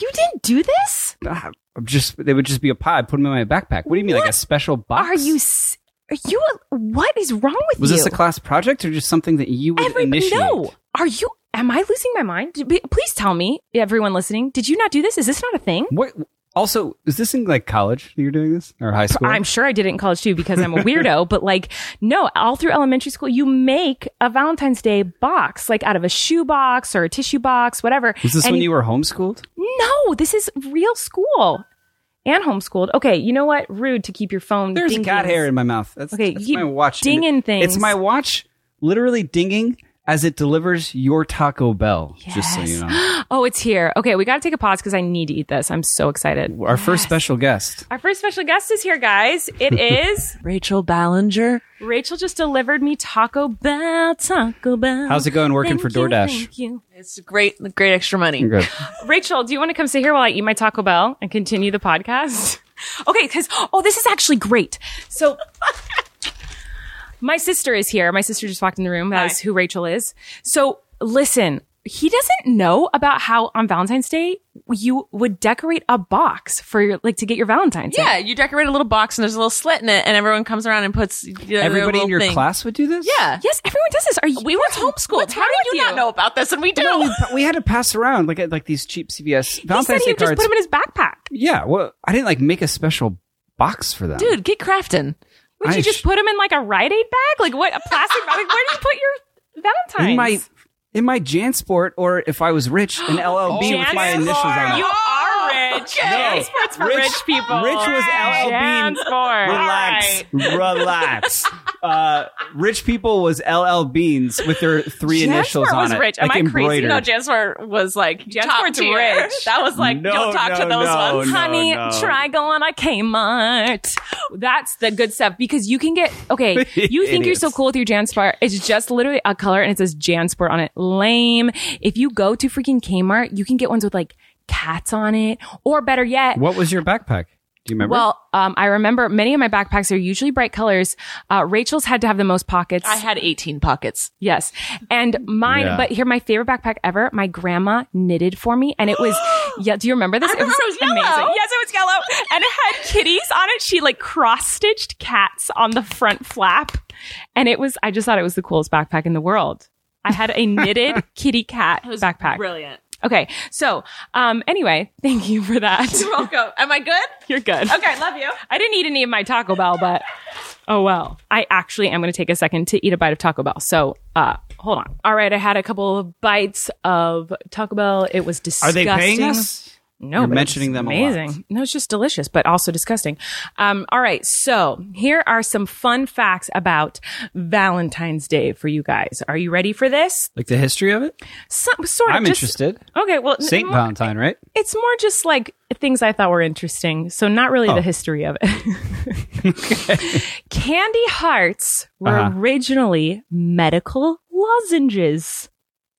Speaker 1: you didn't do this
Speaker 2: ah, I'm just they would just be a pie. I'd put them in my backpack. What do you mean, like a special box?
Speaker 1: are you s- are you a- what is wrong with
Speaker 2: Was
Speaker 1: you
Speaker 2: this a class project or just something that you would
Speaker 1: Every-
Speaker 2: initiate?
Speaker 1: no are you am i losing my mind Did- be- please tell me everyone listening did you not do this is this not a thing
Speaker 2: What? Also, is this in like college? that You're doing this or high school?
Speaker 1: I'm sure I did it in college too because I'm a weirdo, but like, no, all through elementary school, you make a Valentine's Day box, like out of a shoe box or a tissue box, whatever.
Speaker 2: Was this
Speaker 1: And
Speaker 2: when you were homeschooled?
Speaker 1: No, this is real school and homeschooled. Okay, you know what? Rude to keep your phone.
Speaker 2: There's
Speaker 1: dinging.
Speaker 2: cat hair in my mouth. That's,
Speaker 1: Okay,
Speaker 2: that's
Speaker 1: you
Speaker 2: my watch.
Speaker 1: dinging
Speaker 2: It's
Speaker 1: things.
Speaker 2: my watch literally dinging as it delivers your Taco Bell, just so you know.
Speaker 1: Oh, it's here. Okay, we got to take a pause because I need to eat this. I'm so excited.
Speaker 2: Our first special guest.
Speaker 1: Our first special guest is here, guys. It is
Speaker 3: Rachel Ballinger.
Speaker 1: Rachel. Just delivered me Taco Bell. Taco Bell.
Speaker 2: How's it going working for
Speaker 1: Thank you,
Speaker 2: DoorDash?
Speaker 1: thank you.
Speaker 3: It's great, great extra money.
Speaker 2: Good.
Speaker 1: Rachel, do you want to come sit here while I eat my Taco Bell and continue the podcast? Okay, because, oh, this is actually great. So, my sister is here. My sister just walked in the room. That is who Rachel is. So, listen, he doesn't know about how on Valentine's Day you would decorate a box for your, like, to get your Valentine's. in.
Speaker 3: Yeah, you decorate a little box and there's a little slit in it, and everyone comes around and puts you know, their
Speaker 2: Everybody
Speaker 3: little
Speaker 2: in your
Speaker 3: thing.
Speaker 2: class would do this?
Speaker 3: Yeah,
Speaker 1: Yes, everyone does this. Are you?
Speaker 3: we were homeschooled.
Speaker 1: What's
Speaker 3: How
Speaker 1: wrong
Speaker 3: do
Speaker 1: with
Speaker 3: you not
Speaker 1: you?
Speaker 3: know about this? And we do.
Speaker 2: But we had to pass around like at, like these cheap CVS
Speaker 1: He said
Speaker 2: Valentine's
Speaker 1: he
Speaker 2: Day
Speaker 1: would just
Speaker 2: cards.
Speaker 1: put them in his backpack.
Speaker 2: yeah, well, I didn't like make a special box for them.
Speaker 3: Dude, get crafting.
Speaker 1: Would
Speaker 2: I
Speaker 1: you just
Speaker 2: sh-
Speaker 1: put them in like a Rite Aid bag? Like what? A plastic bag? Like, where do you put your Valentine's?
Speaker 2: in my in my Jansport, or if I was rich, an LLB with my
Speaker 1: Jansport.
Speaker 2: initials on it.
Speaker 1: Oh, You are rich.
Speaker 2: No,
Speaker 1: Jansport's for rich, people.
Speaker 2: Rich was LL Bean.
Speaker 1: Jansport.
Speaker 2: Relax, relax. Uh, rich people was LL Beans with their three initials
Speaker 3: Jansport
Speaker 2: on
Speaker 3: was
Speaker 2: it,
Speaker 3: rich. Am
Speaker 2: like
Speaker 3: I crazy?
Speaker 2: embroidered.
Speaker 3: No, Jansport was like top
Speaker 1: Jansport's
Speaker 3: tier.
Speaker 1: rich.
Speaker 3: That was like
Speaker 2: No,
Speaker 3: don't talk
Speaker 2: no,
Speaker 3: to those
Speaker 2: no,
Speaker 3: ones.
Speaker 2: no.
Speaker 1: Honey,
Speaker 2: no.
Speaker 1: try going to Kmart. That's the good stuff because you can get okay. You think you're so
Speaker 2: Idiots.
Speaker 1: cool with your Jansport? It's just literally a color and it says Jansport on it. Lame. If you go to freaking Kmart, you can get ones with like cats on it, or better yet,
Speaker 2: what was your backpack? Do you remember?
Speaker 1: Well, um, I remember many of my backpacks are usually bright colors. Uh, Rachel's had to have the most pockets.
Speaker 3: I had 18 pockets.
Speaker 1: yes. And mine,
Speaker 2: Yeah.
Speaker 1: but here, my favorite backpack ever, my grandma knitted for me. And it was, yeah, do you remember this?
Speaker 3: remember it was yellow.
Speaker 1: Yes, it was yellow. And it had kitties on it. She like cross stitched cats on the front flap. And it was, I just thought it was the coolest backpack in the world. I had a knitted kitty cat backpack.
Speaker 3: Brilliant.
Speaker 1: Okay. So, um, anyway, thank you for that.
Speaker 3: You're welcome. Am I good?
Speaker 1: You're good.
Speaker 3: Okay, love you.
Speaker 1: I didn't eat any of my Taco Bell, but oh well. I actually am going to take a second to eat a bite of Taco Bell. So, uh, hold on. All right, I had a couple of bites of Taco Bell. It was
Speaker 2: are they
Speaker 1: disgusting.
Speaker 2: paying us?
Speaker 1: No,
Speaker 2: You're
Speaker 1: but
Speaker 2: mentioning
Speaker 1: it's
Speaker 2: them a lot.
Speaker 1: Amazing. No, it's just delicious, but also disgusting. Um, all right, so here are some fun facts about Valentine's Day for you guys. Are you ready for this?
Speaker 2: Like the history of it?
Speaker 1: Some, sort of.
Speaker 2: I'm
Speaker 1: just-
Speaker 2: interested.
Speaker 1: Okay, well, n-
Speaker 2: Saint
Speaker 1: more-
Speaker 2: Valentine, right?
Speaker 1: it's more just like things I thought were interesting. So not really the history of it. Candy hearts were
Speaker 2: Uh-huh.
Speaker 1: originally medical lozenges.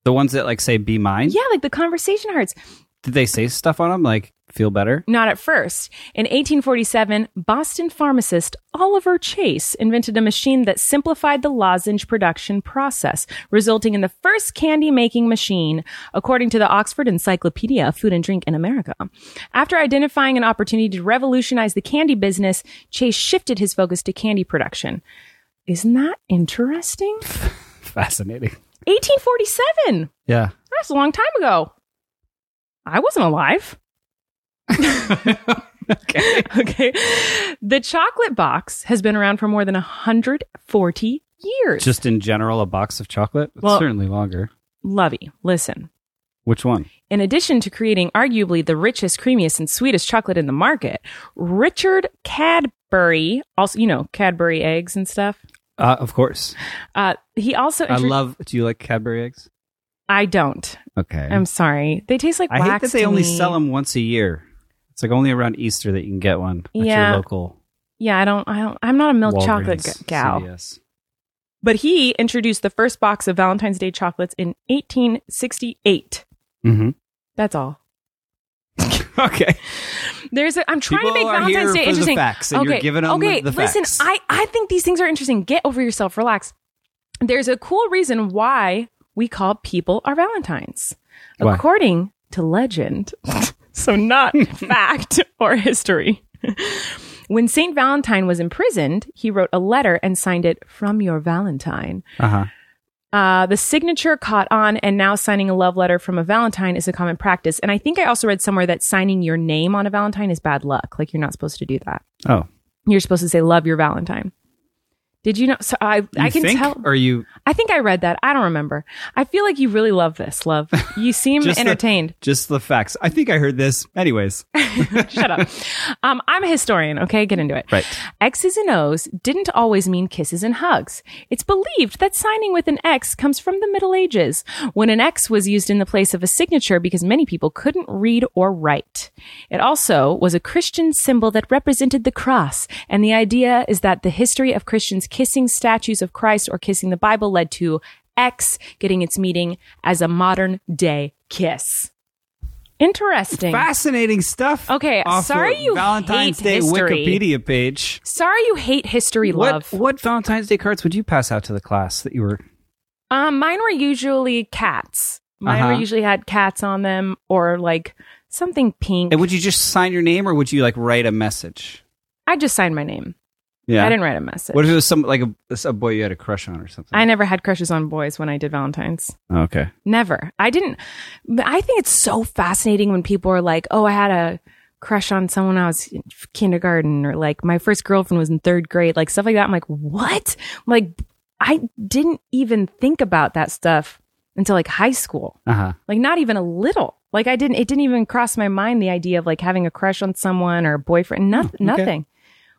Speaker 2: The ones that like say "Be mine."
Speaker 1: Yeah, like the conversation hearts.
Speaker 2: Did they say stuff on them like "Feel better"?
Speaker 1: Not at first. In 1847, Boston pharmacist Oliver Chase invented a machine that simplified the lozenge production process, resulting in the first candy making machine, according to the Oxford Encyclopedia of Food and Drink in America. After identifying an opportunity to revolutionize the candy business, Chase shifted his focus to candy production. Isn't that interesting?
Speaker 2: Fascinating.
Speaker 1: 1847!
Speaker 2: Yeah.
Speaker 1: That's a long time ago. I wasn't alive. okay. Okay. The chocolate box has been around for more than 140 years.
Speaker 2: Just in general, a box of chocolate. It's
Speaker 1: Well-
Speaker 2: certainly longer.
Speaker 1: Lovey, listen.
Speaker 2: Which one?
Speaker 1: In addition to creating arguably the richest, creamiest, and sweetest chocolate in the market, Richard Cadbury, also, you know, Cadbury eggs and stuff.
Speaker 2: Uh, of course.
Speaker 1: Uh, he also,
Speaker 2: I
Speaker 1: intro-
Speaker 2: love. Do you like Cadbury eggs?
Speaker 1: I don't.
Speaker 2: Okay.
Speaker 1: I'm sorry. They taste like
Speaker 2: I hate
Speaker 1: wax
Speaker 2: that they
Speaker 1: to
Speaker 2: only
Speaker 1: me.
Speaker 2: sell them once a year. It's like only around Easter that you can get one. At
Speaker 1: Yeah.
Speaker 2: Your local
Speaker 1: Yeah, I don't. I don't. I'm not a milk chocolate
Speaker 2: Walgreens,
Speaker 1: g- gal.
Speaker 2: CVS.
Speaker 1: But he introduced the first box of Valentine's Day chocolates in 1868.
Speaker 2: Mhm.
Speaker 1: That's all.
Speaker 2: Okay.
Speaker 1: There's a, I'm trying
Speaker 2: People
Speaker 1: to make
Speaker 2: are
Speaker 1: Valentine's
Speaker 2: here
Speaker 1: Day
Speaker 2: for the
Speaker 1: interesting.
Speaker 2: facts, and you're giving 'em
Speaker 1: okay,
Speaker 2: the
Speaker 1: listen,
Speaker 2: facts.
Speaker 1: I I think these things are interesting. Get over yourself, relax. There's a cool reason why we call people our Valentines.
Speaker 2: Why?
Speaker 1: According to legend, so not fact or history. When St. Valentine was imprisoned, he wrote a letter and signed it from your Valentine.
Speaker 2: Uh huh.
Speaker 1: Uh, the signature caught on, and now signing a love letter from a Valentine is a common practice. And I think I also read somewhere that signing your name on a Valentine is bad luck. Like you're not supposed to do that.
Speaker 2: Oh,
Speaker 1: You're supposed to say "Love your Valentine." Did you know? So I, I
Speaker 2: You
Speaker 1: can
Speaker 2: think,
Speaker 1: tell.
Speaker 2: Or you
Speaker 1: I think I read that. I don't remember. I feel like you really love this, love. You seem
Speaker 2: Just the-
Speaker 1: entertained.
Speaker 2: just the facts? I think I heard this. Anyways,
Speaker 1: Shut up. Um, I'm a historian. Okay, get into it.
Speaker 2: Right.
Speaker 1: X's and O's didn't always mean kisses and hugs. It's believed that signing with an X comes from the Middle Ages, when an X was used in the place of a signature because many people couldn't read or write. It also was a Christian symbol that represented the cross, and the idea is that the history of Christians kissing statues of Christ or kissing the Bible led to X getting its meaning as a modern day kiss. Interesting.
Speaker 2: fascinating stuff.
Speaker 1: Okay,
Speaker 2: off
Speaker 1: sorry
Speaker 2: the
Speaker 1: you
Speaker 2: Valentine's
Speaker 1: hate
Speaker 2: Day
Speaker 1: history.
Speaker 2: Wikipedia page.
Speaker 1: Sorry you hate history, love.
Speaker 2: What what Valentine's Day cards would you pass out to the class that you were?
Speaker 1: Um, mine were usually cats. Mine were
Speaker 2: Uh-huh.
Speaker 1: usually had cats on them or like something pink.
Speaker 2: And would you just sign your name, or would you like write a message?
Speaker 1: I just signed my name.
Speaker 2: Yeah.
Speaker 1: I didn't write a message.
Speaker 2: What if it was some like a, a boy you had a crush on or something?
Speaker 1: I never had crushes on boys when I did Valentine's.
Speaker 2: Okay.
Speaker 1: Never. I didn't. but I think it's so fascinating when people are like, "Oh, I had a crush on someone when I was in kindergarten," or like, "My first girlfriend was in third grade," like stuff like that. I'm like, "What?" Like, I didn't even think about that stuff until like high school.
Speaker 2: Uh huh.
Speaker 1: like not even a little like i didn't it didn't even cross my mind the idea of like having a crush on someone or a boyfriend no,
Speaker 2: Hmm,
Speaker 1: nothing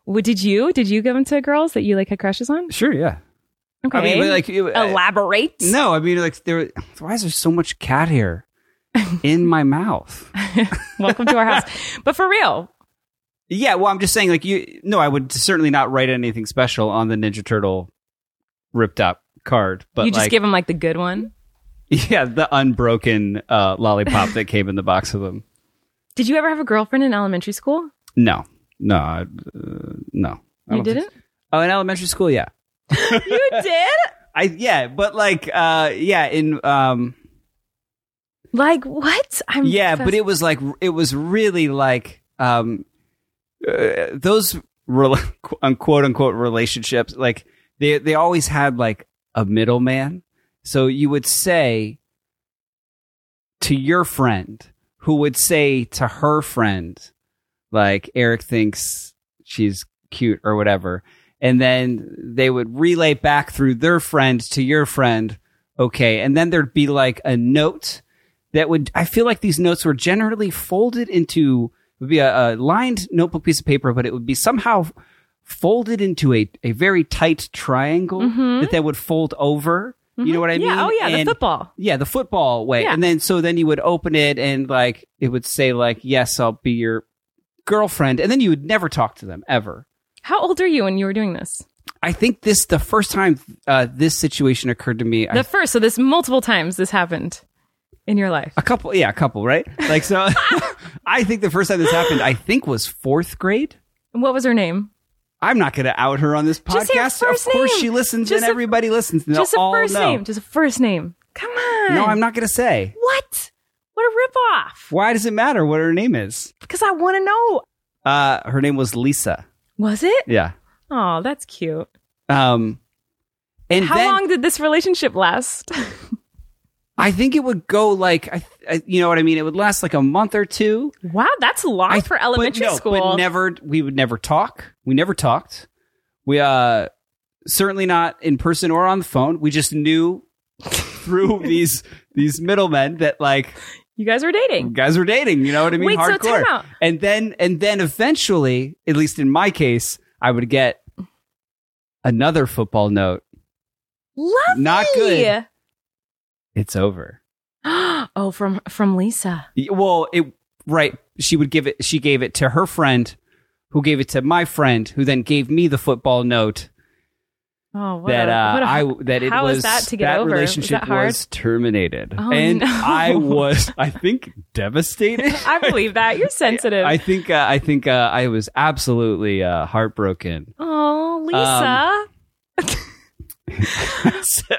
Speaker 1: what did you did you give them to girls that you like had crushes on
Speaker 2: Sure. Yeah.
Speaker 1: okay
Speaker 2: I mean, but, like you- I-
Speaker 1: elaborate
Speaker 2: No, I mean like there. Why is there so much cat hair in my mouth?
Speaker 1: welcome to our house but for real
Speaker 2: Yeah, well, I'm just saying like you. No, I would certainly not write anything special on the Ninja Turtle ripped up card, but
Speaker 1: you just
Speaker 2: like,
Speaker 1: give them like the good one
Speaker 2: yeah, the unbroken uh, lollipop that came in the box of them.
Speaker 1: did you ever have a girlfriend in elementary school
Speaker 2: No, no, I- uh, no. I
Speaker 1: you
Speaker 2: don't think
Speaker 1: didn't
Speaker 2: so. Oh, in elementary school, yeah,
Speaker 1: you did
Speaker 2: I yeah, but like uh, yeah, in um,
Speaker 1: like what i'm
Speaker 2: yeah but
Speaker 1: fas-
Speaker 2: it was like it was really like um uh, those rel- unquote unquote relationships like they they always had like a middleman so you would say to your friend who would say to her friend like eric thinks she's cute or whatever and then they would relay back through their friend to your friend okay and then there'd be like a note that would I feel like these notes were generally folded into it would be a, a lined notebook piece of paper, but it would be somehow folded into a, a very tight triangle that they would fold over. You know what I mean?
Speaker 1: Mm-hmm. yeah. Oh yeah.
Speaker 2: And-
Speaker 1: the football.
Speaker 2: yeah, the football way.
Speaker 1: Yeah.
Speaker 2: And then so then you would open it and like it would say like, "Yes, I'll be your girlfriend." And then you would never talk to them ever.
Speaker 1: How old are you when you were doing this?
Speaker 2: I think this the first time uh, this situation occurred to me. I-
Speaker 1: The first. So this multiple times this happened in your life.
Speaker 2: a couple, yeah, a couple, right? Like so, I think the first time this happened, I think was fourth grade.
Speaker 1: What was her name?
Speaker 2: I'm not going to out her on this
Speaker 1: Just her
Speaker 2: podcast.
Speaker 1: first
Speaker 2: of course,
Speaker 1: name.
Speaker 2: she listens,
Speaker 1: Just
Speaker 2: and
Speaker 1: a-
Speaker 2: everybody listens. They'll
Speaker 1: just a
Speaker 2: all
Speaker 1: first
Speaker 2: know.
Speaker 1: name. Just a first name. Come on.
Speaker 2: No, I'm not going to say.
Speaker 1: What? What a ripoff.
Speaker 2: Why does it matter what her name is?
Speaker 1: Because I want to know.
Speaker 2: Uh, her name was Lisa.
Speaker 1: Was it?
Speaker 2: Yeah.
Speaker 1: Oh, that's cute.
Speaker 2: Um, and
Speaker 1: How
Speaker 2: then,
Speaker 1: long did this relationship last?
Speaker 2: I think it would go like I, I, you know what I mean. It would last like a month or two.
Speaker 1: wow, that's long
Speaker 2: I
Speaker 1: for elementary
Speaker 2: but no,
Speaker 1: school.
Speaker 2: but never. We would never talk. We never talked. We uh, certainly not in person or on the phone. We just knew through these these middlemen that like
Speaker 1: you guys were dating.
Speaker 2: guys were dating. You know what I mean?
Speaker 1: Wait, so time
Speaker 2: Hardcore.
Speaker 1: out.
Speaker 2: And then and then eventually, at least in my case, I would get another football note.
Speaker 1: Lovely.
Speaker 2: Not good. It's over.
Speaker 1: oh, from from Lisa.
Speaker 2: Y- Well, it right. She would give it. She gave it to her friend, who gave it to my friend, who then gave me the football note
Speaker 1: Oh, what
Speaker 2: that
Speaker 1: a,
Speaker 2: uh,
Speaker 1: what a-
Speaker 2: I that it
Speaker 1: how is
Speaker 2: was
Speaker 1: that to get over? Was
Speaker 2: relationship
Speaker 1: that hard?
Speaker 2: terminated,
Speaker 1: Oh,
Speaker 2: and
Speaker 1: no.
Speaker 2: I was I think devastated.
Speaker 1: I believe that you're sensitive.
Speaker 2: I think uh, I think uh, I was absolutely uh, heartbroken.
Speaker 1: oh,
Speaker 2: Um,
Speaker 1: Lisa.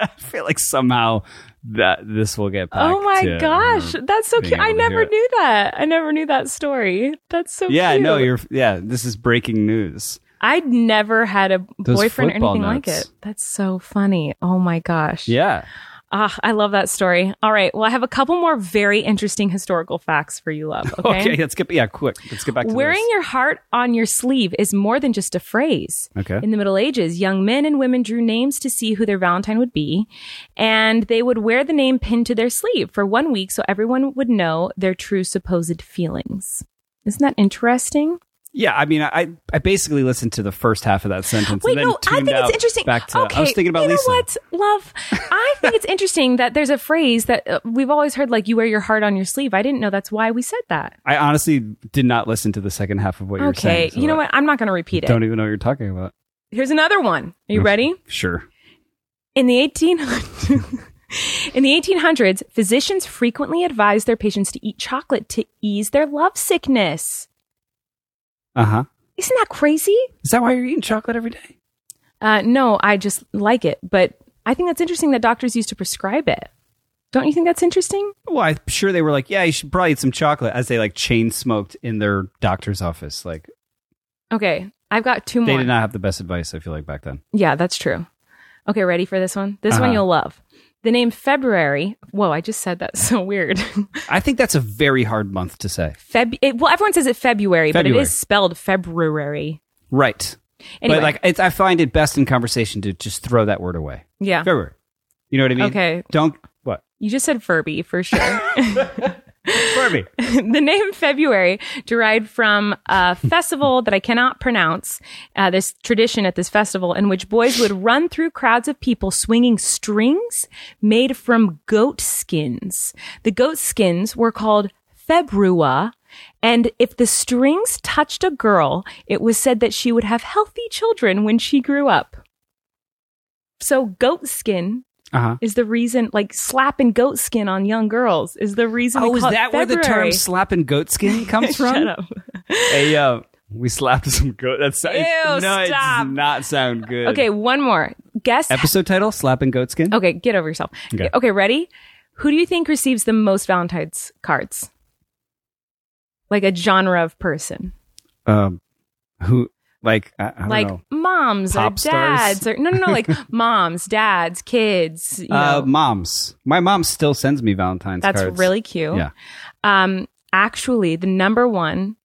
Speaker 2: I feel like somehow that this will get back.
Speaker 1: oh my
Speaker 2: to
Speaker 1: gosh,
Speaker 2: her.
Speaker 1: that's so
Speaker 2: being
Speaker 1: cute. I
Speaker 2: able to hear
Speaker 1: never
Speaker 2: it.
Speaker 1: knew that. I never knew that story. That's so
Speaker 2: Yeah,
Speaker 1: cute.
Speaker 2: no, you're. Yeah, this is breaking news.
Speaker 1: I'd never had a
Speaker 2: Those
Speaker 1: boyfriend or
Speaker 2: football
Speaker 1: anything like
Speaker 2: nuts.
Speaker 1: it. That's so funny. Oh my gosh.
Speaker 2: Yeah,
Speaker 1: Ah, I love that story. All right. Well, I have a couple more very interesting historical facts for you, love. Okay.
Speaker 2: okay. let's get. Yeah, quick. Let's get back to
Speaker 1: Wearing
Speaker 2: this.
Speaker 1: your heart on your sleeve is more than just a phrase.
Speaker 2: Okay.
Speaker 1: In the Middle Ages, young men and women drew names to see who their Valentine would be, and they would wear the name pinned to their sleeve for one week so everyone would know their true supposed feelings. Isn't that interesting?
Speaker 2: Yeah, I mean, I I basically listened to the first half of that sentence.
Speaker 1: Wait,
Speaker 2: and then
Speaker 1: no, I
Speaker 2: tuned
Speaker 1: think it's
Speaker 2: out
Speaker 1: interesting.
Speaker 2: Back to
Speaker 1: okay,
Speaker 2: I was thinking about
Speaker 1: you
Speaker 2: Lisa.
Speaker 1: know what, love? I think it's interesting that there's a phrase that uh, we've always heard, like "you wear your heart on your sleeve." I didn't know that's why we said that.
Speaker 2: I honestly did not listen to the second half of what you were saying.
Speaker 1: okay,
Speaker 2: so
Speaker 1: you know
Speaker 2: I
Speaker 1: what? I'm not going to repeat it.
Speaker 2: Don't even know what you're talking about.
Speaker 1: Here's another one. Are you ready?
Speaker 2: Sure.
Speaker 1: In the 1800s, in the 1800s, physicians frequently advised their patients to eat chocolate to ease their love sickness.
Speaker 2: Uh huh.
Speaker 1: Isn't that crazy?
Speaker 2: Is that why you're eating chocolate every day?
Speaker 1: Uh, no, I just like it, but I think that's interesting that doctors used to prescribe it. Don't you think that's interesting?
Speaker 2: Well, I'm sure they were like, yeah, you should probably eat some chocolate as they like chain smoked in their doctor's office. Like
Speaker 1: Okay, I've got two
Speaker 2: they
Speaker 1: more.
Speaker 2: did not have the best advice. I feel like back then.
Speaker 1: yeah, that's true. Okay, ready for this one? This one
Speaker 2: Uh-huh.
Speaker 1: you'll love. The name February. Whoa, I just said that so weird.
Speaker 2: I think that's a very hard month to say.
Speaker 1: Feb. It, well, everyone says it February, but it
Speaker 2: February.
Speaker 1: is spelled February.
Speaker 2: Right.
Speaker 1: Anyway,
Speaker 2: But like, it's, I find it best in conversation to just throw that word away.
Speaker 1: yeah.
Speaker 2: February. You know what I mean?
Speaker 1: Ah. Okay.
Speaker 2: Don't what?
Speaker 1: You just said Furby for sure.
Speaker 2: Furby.
Speaker 1: the name February derived from a festival that I cannot pronounce. Uh, this tradition at this festival in which boys would run through crowds of people swinging strings made from goat skins. The goat skins were called Februa. And if the strings touched a girl, it was said that she would have healthy children when she grew up. So goat skin
Speaker 2: Uh huh.
Speaker 1: is the reason like slapping goat skin on young girls is the reason.
Speaker 2: Oh,
Speaker 1: we
Speaker 2: is
Speaker 1: call it
Speaker 2: that where the term
Speaker 1: February.
Speaker 2: slapping goatskin comes from?
Speaker 1: Shut up.
Speaker 2: Hey, yo, we slapped some goat. That's it-
Speaker 1: Ew,
Speaker 2: no, it
Speaker 1: stop.
Speaker 2: does not sound good.
Speaker 1: Okay, one more guess.
Speaker 2: Episode title: Slapping Goatskin.
Speaker 1: okay, get over yourself.
Speaker 2: Okay.
Speaker 1: ready? Who do you think receives the most Valentine's cards? Like a genre of person,
Speaker 2: Um, who like I, I don't
Speaker 1: like
Speaker 2: know.
Speaker 1: moms
Speaker 2: Pop
Speaker 1: or
Speaker 2: stars?
Speaker 1: dads, or no, no, no, like moms, dads, kids. You
Speaker 2: Uh,
Speaker 1: know,
Speaker 2: moms. My mom still sends me Valentine's
Speaker 1: that's
Speaker 2: cards.
Speaker 1: really cute.
Speaker 2: Yeah.
Speaker 1: Um, actually, the number one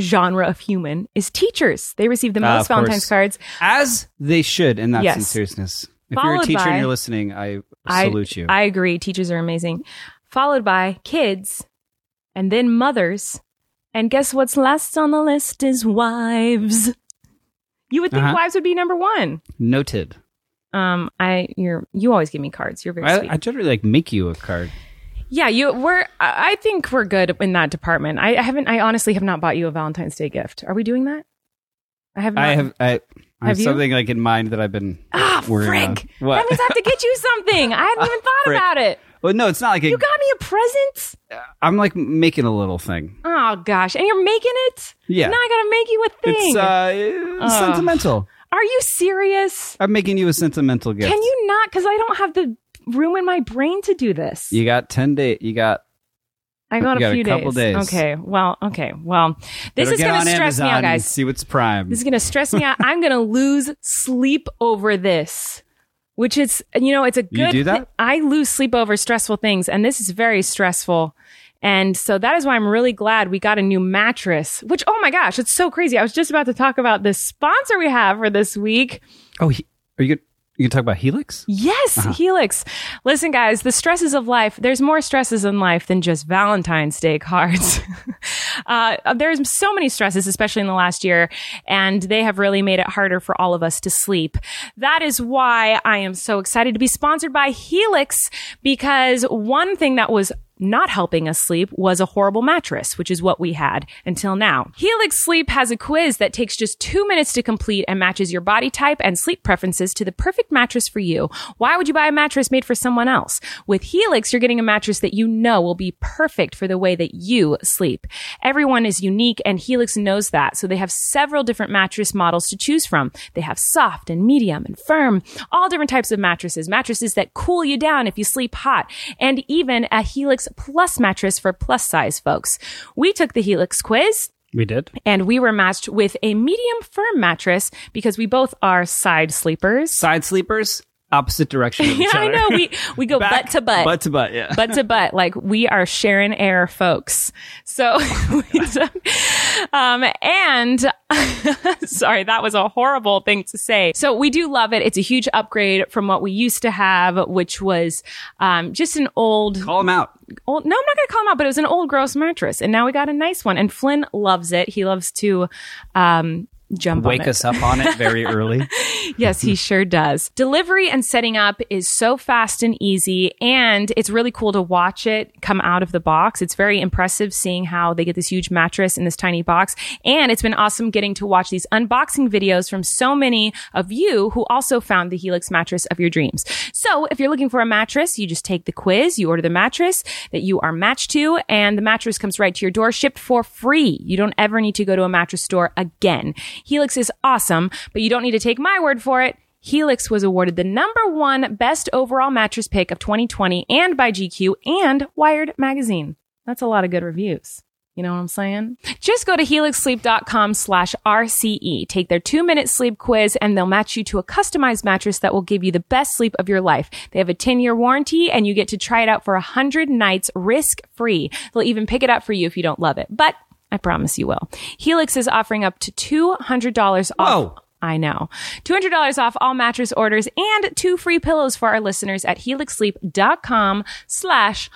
Speaker 1: genre of human is teachers. They receive the
Speaker 2: Ah,
Speaker 1: most
Speaker 2: of course.
Speaker 1: Valentine's cards.
Speaker 2: as they should, and that's in
Speaker 1: Yes.
Speaker 2: seriousness. If you're
Speaker 1: Followed
Speaker 2: a teacher
Speaker 1: by-
Speaker 2: and you're listening, I
Speaker 1: I-
Speaker 2: salute you.
Speaker 1: I agree. Teachers are amazing. followed by kids, and then mothers. And guess what's last on the list is wives. You would think
Speaker 2: Uh-huh.
Speaker 1: wives would be number one.
Speaker 2: Noted.
Speaker 1: Um, I you're you always give me cards. You're very
Speaker 2: I,
Speaker 1: sweet.
Speaker 2: I generally like make you a card.
Speaker 1: yeah, you we're I I think we're good in that department. I, I haven't I honestly have not bought you a Valentine's Day gift. Are we doing that? I have not
Speaker 2: I have I, I
Speaker 1: Have
Speaker 2: have
Speaker 1: you?
Speaker 2: something like in mind that I've been
Speaker 1: Ah,
Speaker 2: worrying
Speaker 1: frick.
Speaker 2: on. uh, What?
Speaker 1: That means I have to get you something. I hadn't even thought
Speaker 2: frick.
Speaker 1: about it.
Speaker 2: well, no, it's not like a,
Speaker 1: You got me a present?
Speaker 2: I'm like making a little thing.
Speaker 1: Oh gosh. And you're making it?
Speaker 2: Yeah.
Speaker 1: Now I gotta make you a thing.
Speaker 2: It's uh,
Speaker 1: Ugh.
Speaker 2: sentimental.
Speaker 1: Are you serious?
Speaker 2: I'm making you a sentimental gift.
Speaker 1: Can you not? Because I don't have the room in my brain to do this.
Speaker 2: You got ten day. You got
Speaker 1: I got,
Speaker 2: you got
Speaker 1: a
Speaker 2: a
Speaker 1: few
Speaker 2: couple days.
Speaker 1: Okay. Well, okay. Well, this
Speaker 2: better
Speaker 1: is
Speaker 2: get
Speaker 1: gonna
Speaker 2: on
Speaker 1: stress
Speaker 2: Amazon
Speaker 1: me out,
Speaker 2: and
Speaker 1: guys.
Speaker 2: See what's prime.
Speaker 1: This is gonna stress me out. I'm gonna lose sleep over this. Which is, you know, it's a good.
Speaker 2: do that?
Speaker 1: I lose sleep over stressful things, and this is very stressful. And so that is why I'm really glad we got a new mattress. Which, oh my gosh, it's so crazy. I was just about to talk about the sponsor we have for this week.
Speaker 2: oh, he, are you gonna, you gonna talk about Helix?
Speaker 1: Yes, Helix. Listen, guys, the stresses of life, there's more stresses in life than just Valentine's Day cards. uh, there's so many stresses, especially in the last year, and they have really made it harder for all of us to sleep. That is why I am so excited to be sponsored by Helix because one thing that was not helping us sleep was a horrible mattress, which is what we had until now. Helix Sleep has a quiz that takes just two minutes to complete and matches your body type and sleep preferences to the perfect mattress for you. Why would you buy a mattress made for someone else? With Helix, you're getting a mattress that you know will be perfect for the way that you sleep. Everyone is unique and Helix knows that, so they have several different mattress models to choose from. They have soft and medium and firm, all different types of mattresses, mattresses that cool you down if you sleep hot, and even a Helix Plus mattress for plus size folks. We took the Helix quiz
Speaker 2: We did.
Speaker 1: and we were matched with a medium firm mattress because we both are side sleepers.
Speaker 2: Side sleepers, opposite direction. Of
Speaker 1: Yeah,
Speaker 2: each
Speaker 1: I
Speaker 2: other.
Speaker 1: know we we go butt to butt.
Speaker 2: Butt to butt. Yeah.
Speaker 1: butt to butt, like we are Sharon Air folks. So, we took- um, and sorry, that was a horrible thing to say. So we do love it. It's a huge upgrade from what we used to have, which was um, just an old
Speaker 2: Call them out.
Speaker 1: old no i'm not gonna call him out but it was an old gross mattress and now we got a nice one and flynn loves it he loves to um jump
Speaker 2: Wake
Speaker 1: on it.
Speaker 2: us up on it very early.
Speaker 1: yes he sure does delivery and setting up is so fast and easy and it's really cool to watch it come out of the box it's very impressive seeing how they get this huge mattress in this tiny box and it's been awesome getting to watch these unboxing videos from so many of you who also found the helix mattress of your dreams so if you're looking for a mattress you just take the quiz you order the mattress that you are matched to and the mattress comes right to your door shipped for free you don't ever need to go to a mattress store again helix is awesome but you don't need to take my word for it Helix was awarded the number one best overall mattress pick of 2020 and by GQ and Wired Magazine. That's a lot of good reviews. You know what I'm saying? Just go to helixsleep.com slash RCE. Take their two minute sleep quiz and they'll match you to a customized mattress that will give you the best sleep of your life. They have a 10 year warranty and you get to try it out for 100 nights risk free. They'll even pick it up for you if you don't love it, but I promise you will. Helix is offering up to $200 off.
Speaker 2: Whoa.
Speaker 1: I know. $200 off all mattress orders and two free pillows for our listeners at helixsleep.com slash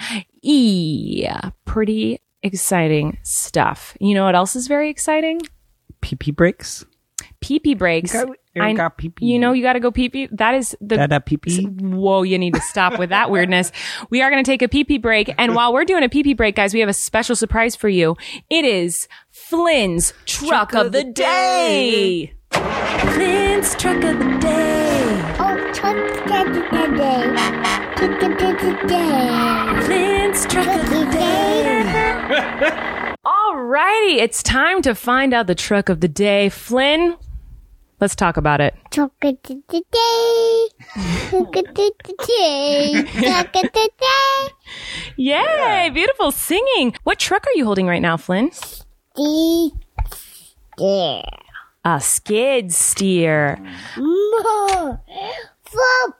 Speaker 1: R-C-E. Pretty exciting stuff. You know what else is very exciting?
Speaker 2: Pee pee breaks.
Speaker 1: Pee-pee breaks.
Speaker 2: Got-
Speaker 1: I-
Speaker 2: got pee-pee.
Speaker 1: You know you got to go pee-pee. That is the
Speaker 2: Da-da pee-pee.
Speaker 1: Whoa, you need to stop with that weirdness. We are going to take a pee pee break. And while we're doing a pee pee break, guys, we have a special surprise for you. It is Flynn's Truck, of, the day.
Speaker 4: Flynn's truck of the day.
Speaker 5: Oh, truck daddy today. Truck daddy today.
Speaker 4: Flynn's truck of the day.
Speaker 1: Alrighty, it's time to find out the truck of the day. Flynn, let's talk about it.
Speaker 5: Truck daddy today. Truck daddy today. Truck today.
Speaker 1: Yay, beautiful singing. What truck are you holding right now, Flynn?
Speaker 5: Dee. Dee.
Speaker 1: A skid steer.
Speaker 5: More. Four.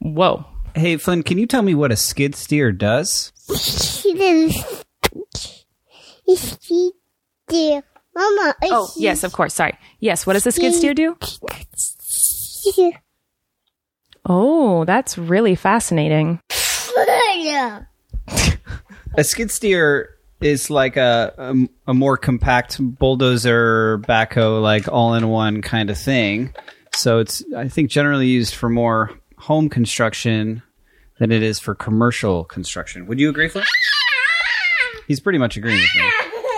Speaker 1: Whoa.
Speaker 2: Hey Flynn, can you tell me what a skid steer does?
Speaker 5: It's Dee. Dee. Mama. it's
Speaker 1: Oh, yes, of course. Sorry. Yes, what does the skid steer do?
Speaker 5: Dee.
Speaker 1: Oh, that's really fascinating.
Speaker 5: steer.
Speaker 2: A skid steer is like a a, a more compact bulldozer backhoe, like all in one kind of thing. So it's I think generally used for more home construction than it is for commercial construction. Would you agree, Flint? He's pretty much agreeing with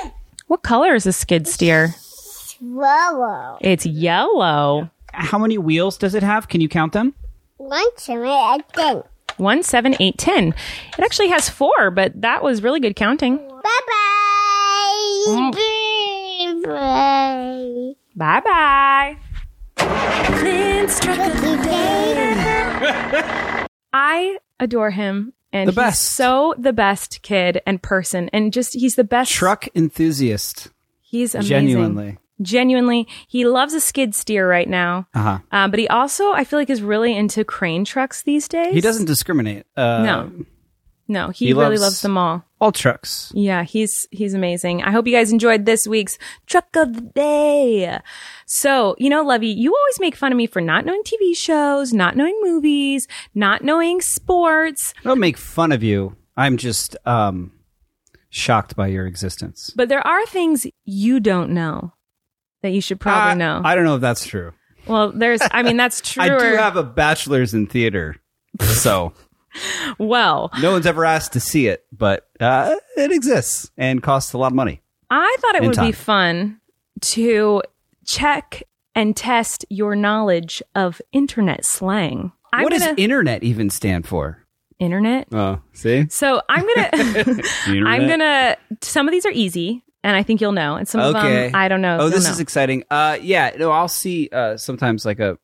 Speaker 2: me.
Speaker 1: What color is a skid steer?
Speaker 5: Swallow.
Speaker 1: It's yellow.
Speaker 2: How many wheels does it have? Can you count them?
Speaker 5: One, two, I think.
Speaker 1: One, seven, eight, ten. It actually has four, but that was really good counting.
Speaker 5: Bye bye. Bye
Speaker 1: Bye bye.
Speaker 6: Flint struck a
Speaker 5: bye.
Speaker 1: I adore him. And
Speaker 2: The
Speaker 1: he's
Speaker 2: best.
Speaker 1: so the best kid and person, and just he's the best.
Speaker 2: Truck enthusiast.
Speaker 1: he's amazing.
Speaker 2: Genuinely.
Speaker 1: genuinely, he loves a skid steer right now.
Speaker 2: Uh huh.
Speaker 1: Um, but he also, I feel like, is really into crane trucks these days.
Speaker 2: He doesn't discriminate. Uh,
Speaker 1: No, no, he,
Speaker 2: he
Speaker 1: really
Speaker 2: loves-
Speaker 1: loves them all.
Speaker 2: All trucks.
Speaker 1: Yeah, he's he's amazing. I hope you guys enjoyed this week's truck of the day. So, you know, Levy, you always make fun of me for not knowing TV shows, not knowing movies, not knowing sports.
Speaker 2: I don't make fun of you. I'm just um, shocked by your existence.
Speaker 1: But there are things you don't know that you should probably
Speaker 2: I-
Speaker 1: know.
Speaker 2: Uh, I don't know if that's true.
Speaker 1: well, there's I mean that's true.
Speaker 2: I do have a bachelor's in theater, so
Speaker 1: well,
Speaker 2: no one's ever asked to see it, but uh, it exists and costs a lot of money.
Speaker 1: I thought it
Speaker 2: In
Speaker 1: would be
Speaker 2: time.
Speaker 1: fun to check and test your knowledge of internet slang. I'm
Speaker 2: what
Speaker 1: gonna
Speaker 2: does internet even stand for?
Speaker 1: internet?
Speaker 2: Oh, see,
Speaker 1: So I'm gonna I'm
Speaker 2: Internet.
Speaker 1: gonna some of these are easy and I think you'll know. And some
Speaker 2: Okay.
Speaker 1: of them I don't know.
Speaker 2: Oh,
Speaker 1: You'll
Speaker 2: this
Speaker 1: know.
Speaker 2: is exciting. Uh, yeah, no, I'll see. Uh, sometimes like a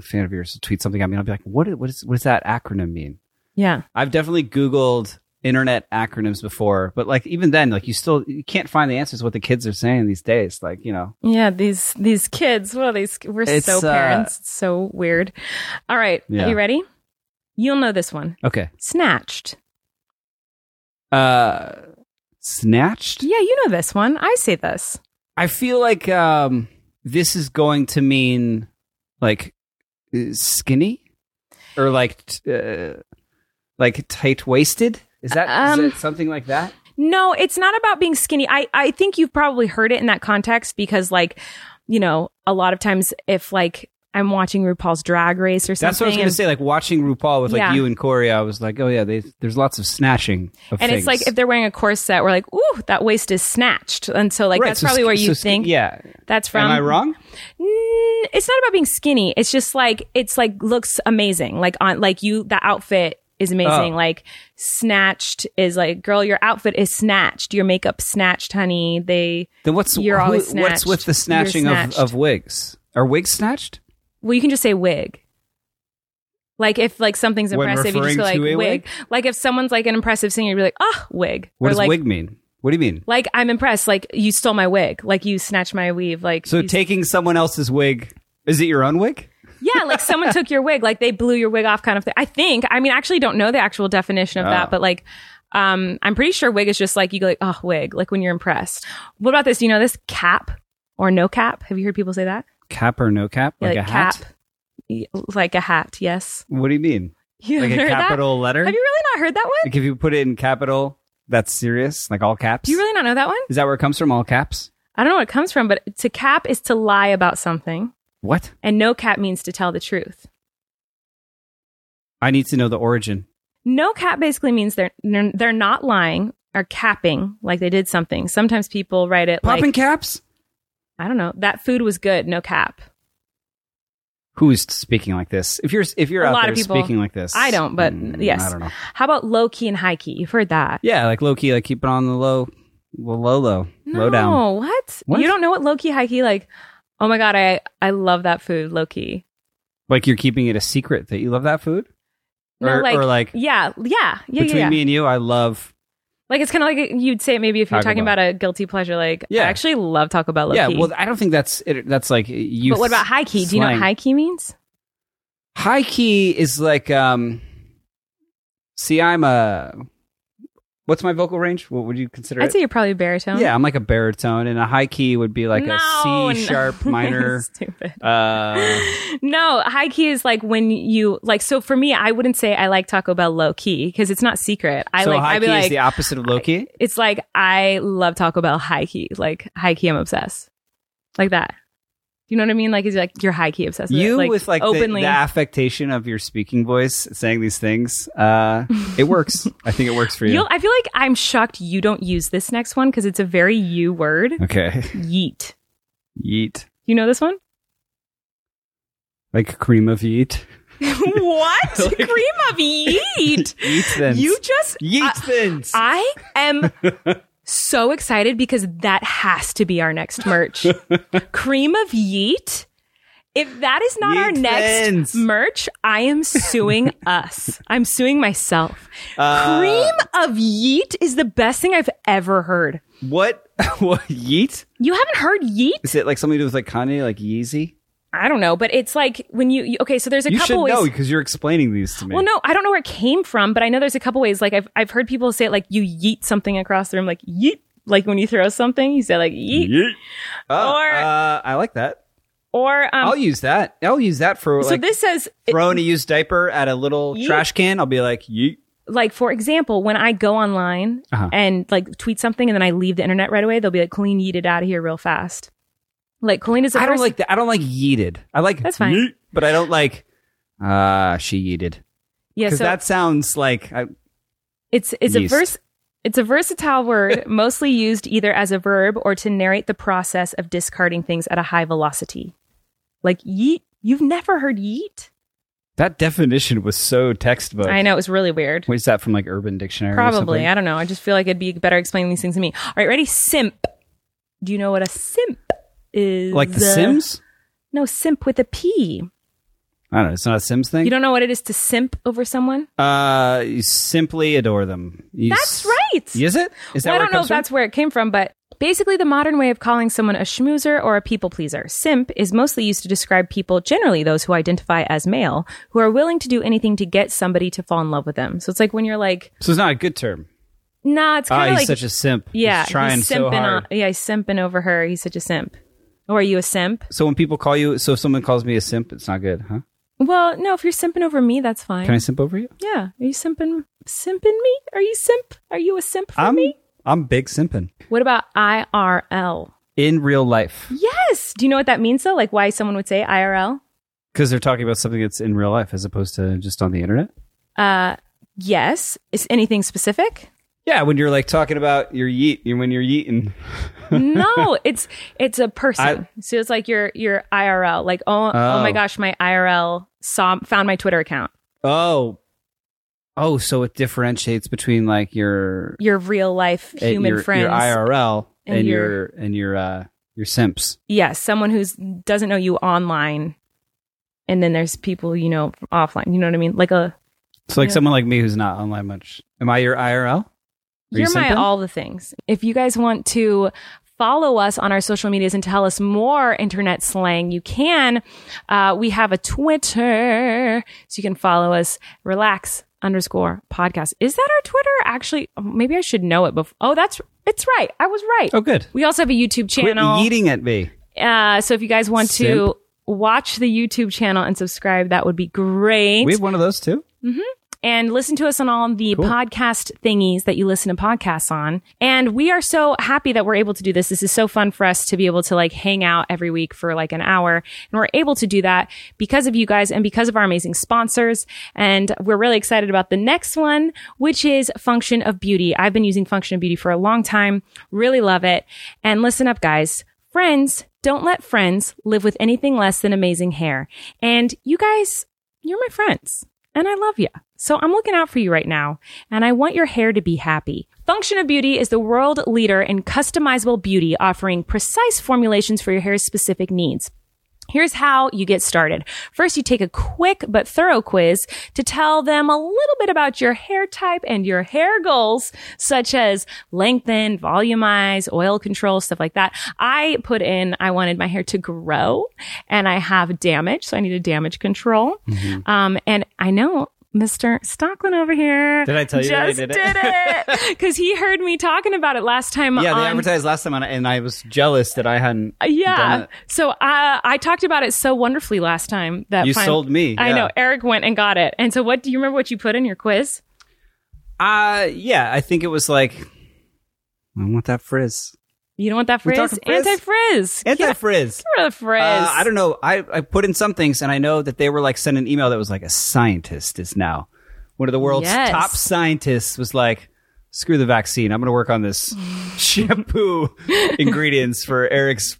Speaker 2: fan of yours will tweet something at me, and I'll be like, "What? i- What is? What does that acronym mean?"
Speaker 1: Yeah.
Speaker 2: I've definitely Googled internet acronyms before, but like even then, like you still you can't find the answers to what the kids are saying these days. Like you know,
Speaker 1: Yeah, these these kids, what are these we're
Speaker 2: It's,
Speaker 1: so
Speaker 2: uh,
Speaker 1: parents. It's so weird. All right.
Speaker 2: Yeah.
Speaker 1: Are you ready? You'll know this one.
Speaker 2: okay,
Speaker 1: Snatched.
Speaker 2: uh, snatched.
Speaker 1: Yeah, you know this one. I say this.
Speaker 2: I feel like um, this is going to mean like uh, skinny or like t- uh, like tight waisted. Is that is
Speaker 1: Um,
Speaker 2: it something like that?
Speaker 1: No, it's not about being skinny. I, I think you've probably heard it in that context because, like, you know, a lot of times if, like, I'm watching RuPaul's Drag Race or something.
Speaker 2: That's what I was going to
Speaker 1: and-
Speaker 2: say. Like watching RuPaul with like
Speaker 1: Yeah.
Speaker 2: you and Corey, I was like, oh yeah, they, there's lots of snatching. Of
Speaker 1: And it's like
Speaker 2: things.
Speaker 1: if they're wearing a corset, we're like, ooh, that waist is snatched. And so, like,
Speaker 2: Right,
Speaker 1: that's
Speaker 2: so
Speaker 1: probably
Speaker 2: sk-
Speaker 1: where you
Speaker 2: so sk-
Speaker 1: think
Speaker 2: Yeah,
Speaker 1: that's from.
Speaker 2: am I wrong?
Speaker 1: Mm, it's not about being skinny. It's just like it's like looks amazing. Like on like you, the outfit is amazing.
Speaker 2: Oh.
Speaker 1: Like snatched is like, girl, your outfit is snatched. Your makeup snatched, honey. They
Speaker 2: Then what's
Speaker 1: You're
Speaker 2: who-
Speaker 1: always
Speaker 2: what's with
Speaker 1: snatched.
Speaker 2: the
Speaker 1: You're
Speaker 2: snatching of,
Speaker 1: snatched.
Speaker 2: of wigs? Are wigs snatched?
Speaker 1: Well, you can just say wig. Like if like something's
Speaker 2: When
Speaker 1: impressive, you just go like
Speaker 2: referring to
Speaker 1: wig.
Speaker 2: a wig?
Speaker 1: Like if someone's like an impressive singer, you'd be like, ah, wig.
Speaker 2: What
Speaker 1: or
Speaker 2: does
Speaker 1: like,
Speaker 2: wig mean? What do you mean?
Speaker 1: Like I'm impressed. Like you stole my wig. Like you snatched my weave. Like
Speaker 2: So
Speaker 1: you-
Speaker 2: taking someone else's wig is it your own wig?
Speaker 1: yeah, like someone took your wig. Like they blew your wig off, kind of thing. I think. I mean, I actually don't know the actual definition of
Speaker 2: Oh.
Speaker 1: that, but like. Um, I'm pretty sure wig is just like you go like, oh, wig, like when you're impressed. What about this? Do you know this cap or no cap? Have you heard people say that?
Speaker 2: Cap or no cap?
Speaker 1: Yeah,
Speaker 2: Like a hat?
Speaker 1: cap, Y- like a hat. Yes.
Speaker 2: What do you mean?
Speaker 1: You
Speaker 2: Like a
Speaker 1: heard that?
Speaker 2: capital letter?
Speaker 1: Have "Ah, you really not heard that one?
Speaker 2: like if you put it in capital, that's serious, like all caps.
Speaker 1: Do you really not know that one?
Speaker 2: Is that where it comes from? All caps?
Speaker 1: I don't know where it comes from, but to cap is to lie about something,
Speaker 2: What?
Speaker 1: and no cap means to tell the truth.
Speaker 2: I need to know the origin.
Speaker 1: No cap basically means they're they're they're not lying or capping like they did something. Sometimes people write it
Speaker 2: Popping
Speaker 1: like
Speaker 2: caps?
Speaker 1: I don't know that food was good. No cap.
Speaker 2: Who is speaking like this? If you're if you're
Speaker 1: A
Speaker 2: out
Speaker 1: lot
Speaker 2: there
Speaker 1: of people-
Speaker 2: speaking like this,
Speaker 1: I don't, but
Speaker 2: mm,
Speaker 1: yes.
Speaker 2: I don't know.
Speaker 1: How about low key and high key? You've heard that.
Speaker 2: Yeah, like low key, like keep it on the low, the low, low, low down.
Speaker 1: No, what?
Speaker 2: What?
Speaker 1: You don't know what low key high key like? Oh my god, I I love that food. Low key.
Speaker 2: Like you're keeping it a secret that you love that food,
Speaker 1: No,
Speaker 2: or,
Speaker 1: like,
Speaker 2: or like
Speaker 1: yeah, yeah, yeah,
Speaker 2: between
Speaker 1: yeah. yeah.
Speaker 2: me and you, I love.
Speaker 1: Like it's kind of like you'd say it maybe if you're
Speaker 2: Taco
Speaker 1: talking
Speaker 2: Bell.
Speaker 1: about a guilty pleasure. Like
Speaker 2: Yeah.
Speaker 1: I actually love Taco Bell. Low
Speaker 2: yeah,
Speaker 1: key.
Speaker 2: well, I don't think that's it, that's like you.
Speaker 1: But what about high key? Do you know what
Speaker 2: slang.
Speaker 1: high key means?
Speaker 2: High key is like um see I'm a What's my vocal range? What would you consider?
Speaker 1: I'd
Speaker 2: it?
Speaker 1: say you're probably baritone.
Speaker 2: yeah, I'm like a baritone, and a high key would be like
Speaker 1: No,
Speaker 2: a C sharp minor.
Speaker 1: Stupid.
Speaker 2: Uh,
Speaker 1: No, high key is like when you like. So for me, I wouldn't say I like Taco Bell low key because it's not secret. I
Speaker 2: so
Speaker 1: like.
Speaker 2: high
Speaker 1: I'd be
Speaker 2: key
Speaker 1: like.
Speaker 2: is the opposite of low key.
Speaker 1: it's like I love Taco Bell high key. Like high key, I'm obsessed. Like that. You know what I mean? Like it's like you're high key obsessed. with it.
Speaker 2: you with like the,
Speaker 1: openly.
Speaker 2: the affectation of your speaking voice, saying these things. Uh, it works. I think it works for you.
Speaker 1: You'll, I feel like I'm shocked you don't use this next one because it's a very you word.
Speaker 2: okay,
Speaker 1: Yeet.
Speaker 2: yeet
Speaker 1: You know this one?
Speaker 2: like cream of yeet.
Speaker 1: what? Cream of yeet.
Speaker 2: Yeet thins.
Speaker 1: You just
Speaker 2: yeet
Speaker 1: I-
Speaker 2: thins.
Speaker 1: I am so excited because that has to be our next merch. Cream of Yeet. If that is not our
Speaker 2: Yeet
Speaker 1: next
Speaker 2: thins.
Speaker 1: merch, I am suing us. I'm suing myself.
Speaker 2: Uh,
Speaker 1: Cream of Yeet is the best thing I've ever heard.
Speaker 2: what? what? Yeet?
Speaker 1: You haven't heard Yeet?
Speaker 2: Is it like something to do with like Kanye, like Yeezy?
Speaker 1: I don't know, but it's like when you, you okay. So there's a
Speaker 2: You should
Speaker 1: couple ways.
Speaker 2: know because you're explaining these to me.
Speaker 1: Well, no, I don't know where it came from, but I know there's a couple ways. Like I've I've heard people say it like you yeet something across the room, like yeet. Like when you throw something, you say like yeet.
Speaker 2: Yeet. Oh,
Speaker 1: Or-
Speaker 2: uh, I like that.
Speaker 1: Or um,
Speaker 2: Oh,
Speaker 7: I'll use that. I'll use that for
Speaker 1: so
Speaker 7: like
Speaker 1: this says
Speaker 7: throwing a used diaper at a little
Speaker 1: Yeet.
Speaker 7: trash can. I'll be like, yeet.
Speaker 1: like for example, when I go online
Speaker 2: Uh-huh.
Speaker 1: and like tweet something and then I leave the internet right away, they'll be like Colleen yeeted out of here real fast. Like Colleen is the
Speaker 2: I don't
Speaker 1: first.
Speaker 2: like that. I don't like yeeted. I like
Speaker 1: That's fine.
Speaker 2: yeet, but I don't like ah she yeeted
Speaker 1: yeah,
Speaker 2: because
Speaker 1: so
Speaker 2: that sounds like I,
Speaker 1: it's it's
Speaker 2: yeast.
Speaker 1: a verse. It's a versatile word, mostly used either as a verb or to narrate the process of discarding things at a high velocity. Like yeet, you've never heard yeet.
Speaker 2: that definition was so textbook.
Speaker 1: I know it was really weird.
Speaker 2: What is that from like Urban Dictionary? or
Speaker 1: Probably.
Speaker 2: something?
Speaker 1: I don't know. I just feel like it'd be better explaining these things to me. All right, ready? Simp. Do you know what a simp is?
Speaker 2: like the
Speaker 1: Uh,
Speaker 2: Sims.
Speaker 1: No, simp with a P.
Speaker 2: I don't know. It's not a Sims thing.
Speaker 1: You don't know what it is to simp over someone?
Speaker 2: uh, you simply adore them. You
Speaker 1: That's
Speaker 2: s-
Speaker 1: right.
Speaker 2: Is it? Is
Speaker 1: Well, I
Speaker 2: that where
Speaker 1: don't
Speaker 2: it
Speaker 1: know
Speaker 2: comes
Speaker 1: if that's where it came from, but basically, the modern way of calling someone a schmoozer or a people pleaser. Simp is mostly used to describe people, generally those who identify as male, who are willing to do anything to get somebody to fall in love with them. So it's like when you're like,
Speaker 2: from? So it's not a good term.
Speaker 1: nah, it's
Speaker 2: Ah,
Speaker 1: kind of
Speaker 2: he's
Speaker 1: like
Speaker 2: such a simp. He's
Speaker 1: Yeah,
Speaker 2: trying
Speaker 1: he's
Speaker 2: so
Speaker 1: simping
Speaker 2: hard.
Speaker 1: o- yeah, he's simping over her. He's such a simp. Or are you a simp?
Speaker 2: so when people call you, so if someone calls me a simp, it's not good, huh?
Speaker 1: Well, no. If you're simping over me, that's fine.
Speaker 2: Can I simp over you?
Speaker 1: yeah, are you simping simping me? Are you simp? Are you a simp for
Speaker 2: I'm
Speaker 1: me?
Speaker 2: I'm big simping
Speaker 1: What about IRL?
Speaker 2: in real life
Speaker 1: Yes. Do you know what that means though? Like why someone would say IRL?
Speaker 2: because they're talking about something that's in real life as opposed to just on the internet.
Speaker 1: Uh, yes. Is anything specific?
Speaker 2: Yeah, when you're like talking about your yeet, when you're yeeting.
Speaker 1: no, it's it's a person.
Speaker 2: I-
Speaker 1: so it's like your your IRL. Like oh oh,
Speaker 2: Oh.
Speaker 1: my gosh, my IRL saw found my Twitter account.
Speaker 2: Oh, oh, so it differentiates between like your
Speaker 1: Your real life
Speaker 2: eh,
Speaker 1: human
Speaker 2: your,
Speaker 1: friends.
Speaker 2: your IRL, and,
Speaker 1: and
Speaker 2: your,
Speaker 1: your-
Speaker 2: and your uh your simps.
Speaker 1: yes, someone who's doesn't know you online, and then there's people you know offline. You know what I mean? Like a
Speaker 2: So like
Speaker 1: Yeah.
Speaker 2: someone like me who's not online much. Am I your IRL? Are you
Speaker 1: you're my
Speaker 2: simping?
Speaker 1: all the things. If you guys want to follow us on our social medias and tell us more internet slang, you can. Uh, we have a Twitter, so you can follow us. Relax underscore podcast. Is that our Twitter? Actually, maybe I should know it before. Oh, that's it's right. I was right.
Speaker 2: Oh, good.
Speaker 1: We also have a YouTube
Speaker 2: Quit
Speaker 1: channel.
Speaker 2: yeeting at me.
Speaker 1: Uh, so if you guys want
Speaker 2: Simp.
Speaker 1: to watch the YouTube channel and subscribe, that would be great.
Speaker 2: We have one of those too.
Speaker 1: and listen to us on all the podcast thingies that you listen to podcasts on. And we are so happy that we're able to do this. This is so fun for us to be able to like hang out every week for like an hour. And we're able to do that because of you guys and because of our amazing sponsors. And we're really excited about the next one, which is Function of Beauty. I've been using Function of Beauty for a long time. Really love it. And listen up, guys. Friends, don't let friends live with anything less than amazing hair. And you guys, you're my friends and I love you. So I'm looking out for you right now and I want your hair to be happy. Function of Beauty is the world leader in customizable beauty, offering precise formulations for your hair's specific needs. Here's how you get started. First, you take a quick but thorough quiz to tell them a little bit about your hair type and your hair goals, such as lengthen, volumize, oil control, stuff like that. I put in, I wanted my hair to
Speaker 2: Mm-hmm.
Speaker 1: grow and I have damage, so I need a damage control. Um, and I know Mr. Stockland over here.
Speaker 2: Did I tell you that I
Speaker 1: just
Speaker 2: did it?
Speaker 1: Because he heard me talking about it last time
Speaker 2: Yeah, they
Speaker 1: on
Speaker 2: advertised last time, on it, and I was jealous that I hadn't.
Speaker 1: Uh,
Speaker 2: done
Speaker 1: Yeah.
Speaker 2: it.
Speaker 1: So uh, I talked about it so wonderfully last time that
Speaker 2: You sold me,
Speaker 1: I
Speaker 2: yeah.
Speaker 1: know Eric went and got it. And so, what do you remember? What you put in your quiz?
Speaker 2: Uh, yeah, I think it was like, I want that frizz,
Speaker 1: You know what that
Speaker 2: We
Speaker 1: frizz?
Speaker 2: talking frizz?
Speaker 1: Anti-frizz.
Speaker 2: anti frizz.
Speaker 1: Get rid of the frizz.
Speaker 2: Uh, I don't know. I, I put in some things, and I know that they were like sent an email that was like a scientist is now one of the world's
Speaker 1: Yes.
Speaker 2: top scientists was like, screw the vaccine. I'm going to work on this shampoo ingredients for Eric's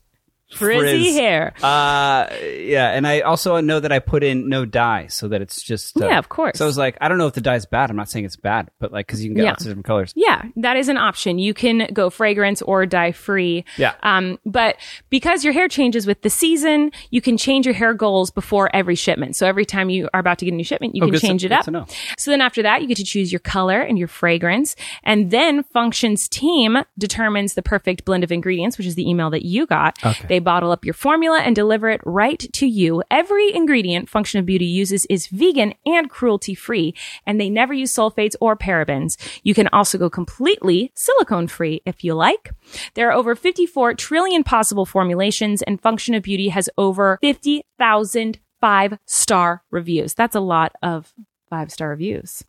Speaker 1: Frizzy
Speaker 2: frizz.
Speaker 1: hair.
Speaker 2: Uh, yeah, and I also know that I put in no dye so that it's just uh,
Speaker 1: Yeah, of course.
Speaker 2: So I was like, I don't know if the dye's bad. I'm not saying it's bad, but like because you can get
Speaker 1: Yeah.
Speaker 2: lots of different colors.
Speaker 1: Yeah, that is an option. You can go fragrance or dye free.
Speaker 2: Yeah.
Speaker 1: Um, but because your hair changes with the season, you can change your hair goals before every shipment. So every time you are about to get a new shipment, you can
Speaker 2: Oh, good to-
Speaker 1: change it
Speaker 2: good
Speaker 1: up.
Speaker 2: to know.
Speaker 1: So then after that, you get to choose your color and your fragrance. And then functions team determines the perfect blend of ingredients, which is the email that you got. They bottle up your formula and deliver it right to you. Every ingredient Function of Beauty uses is vegan and cruelty free, and they never use sulfates or parabens. You can also go completely silicone free if you like. There are over 54 trillion possible formulations, and Function of Beauty has over 50,000 five star reviews. That's a lot of five star reviews.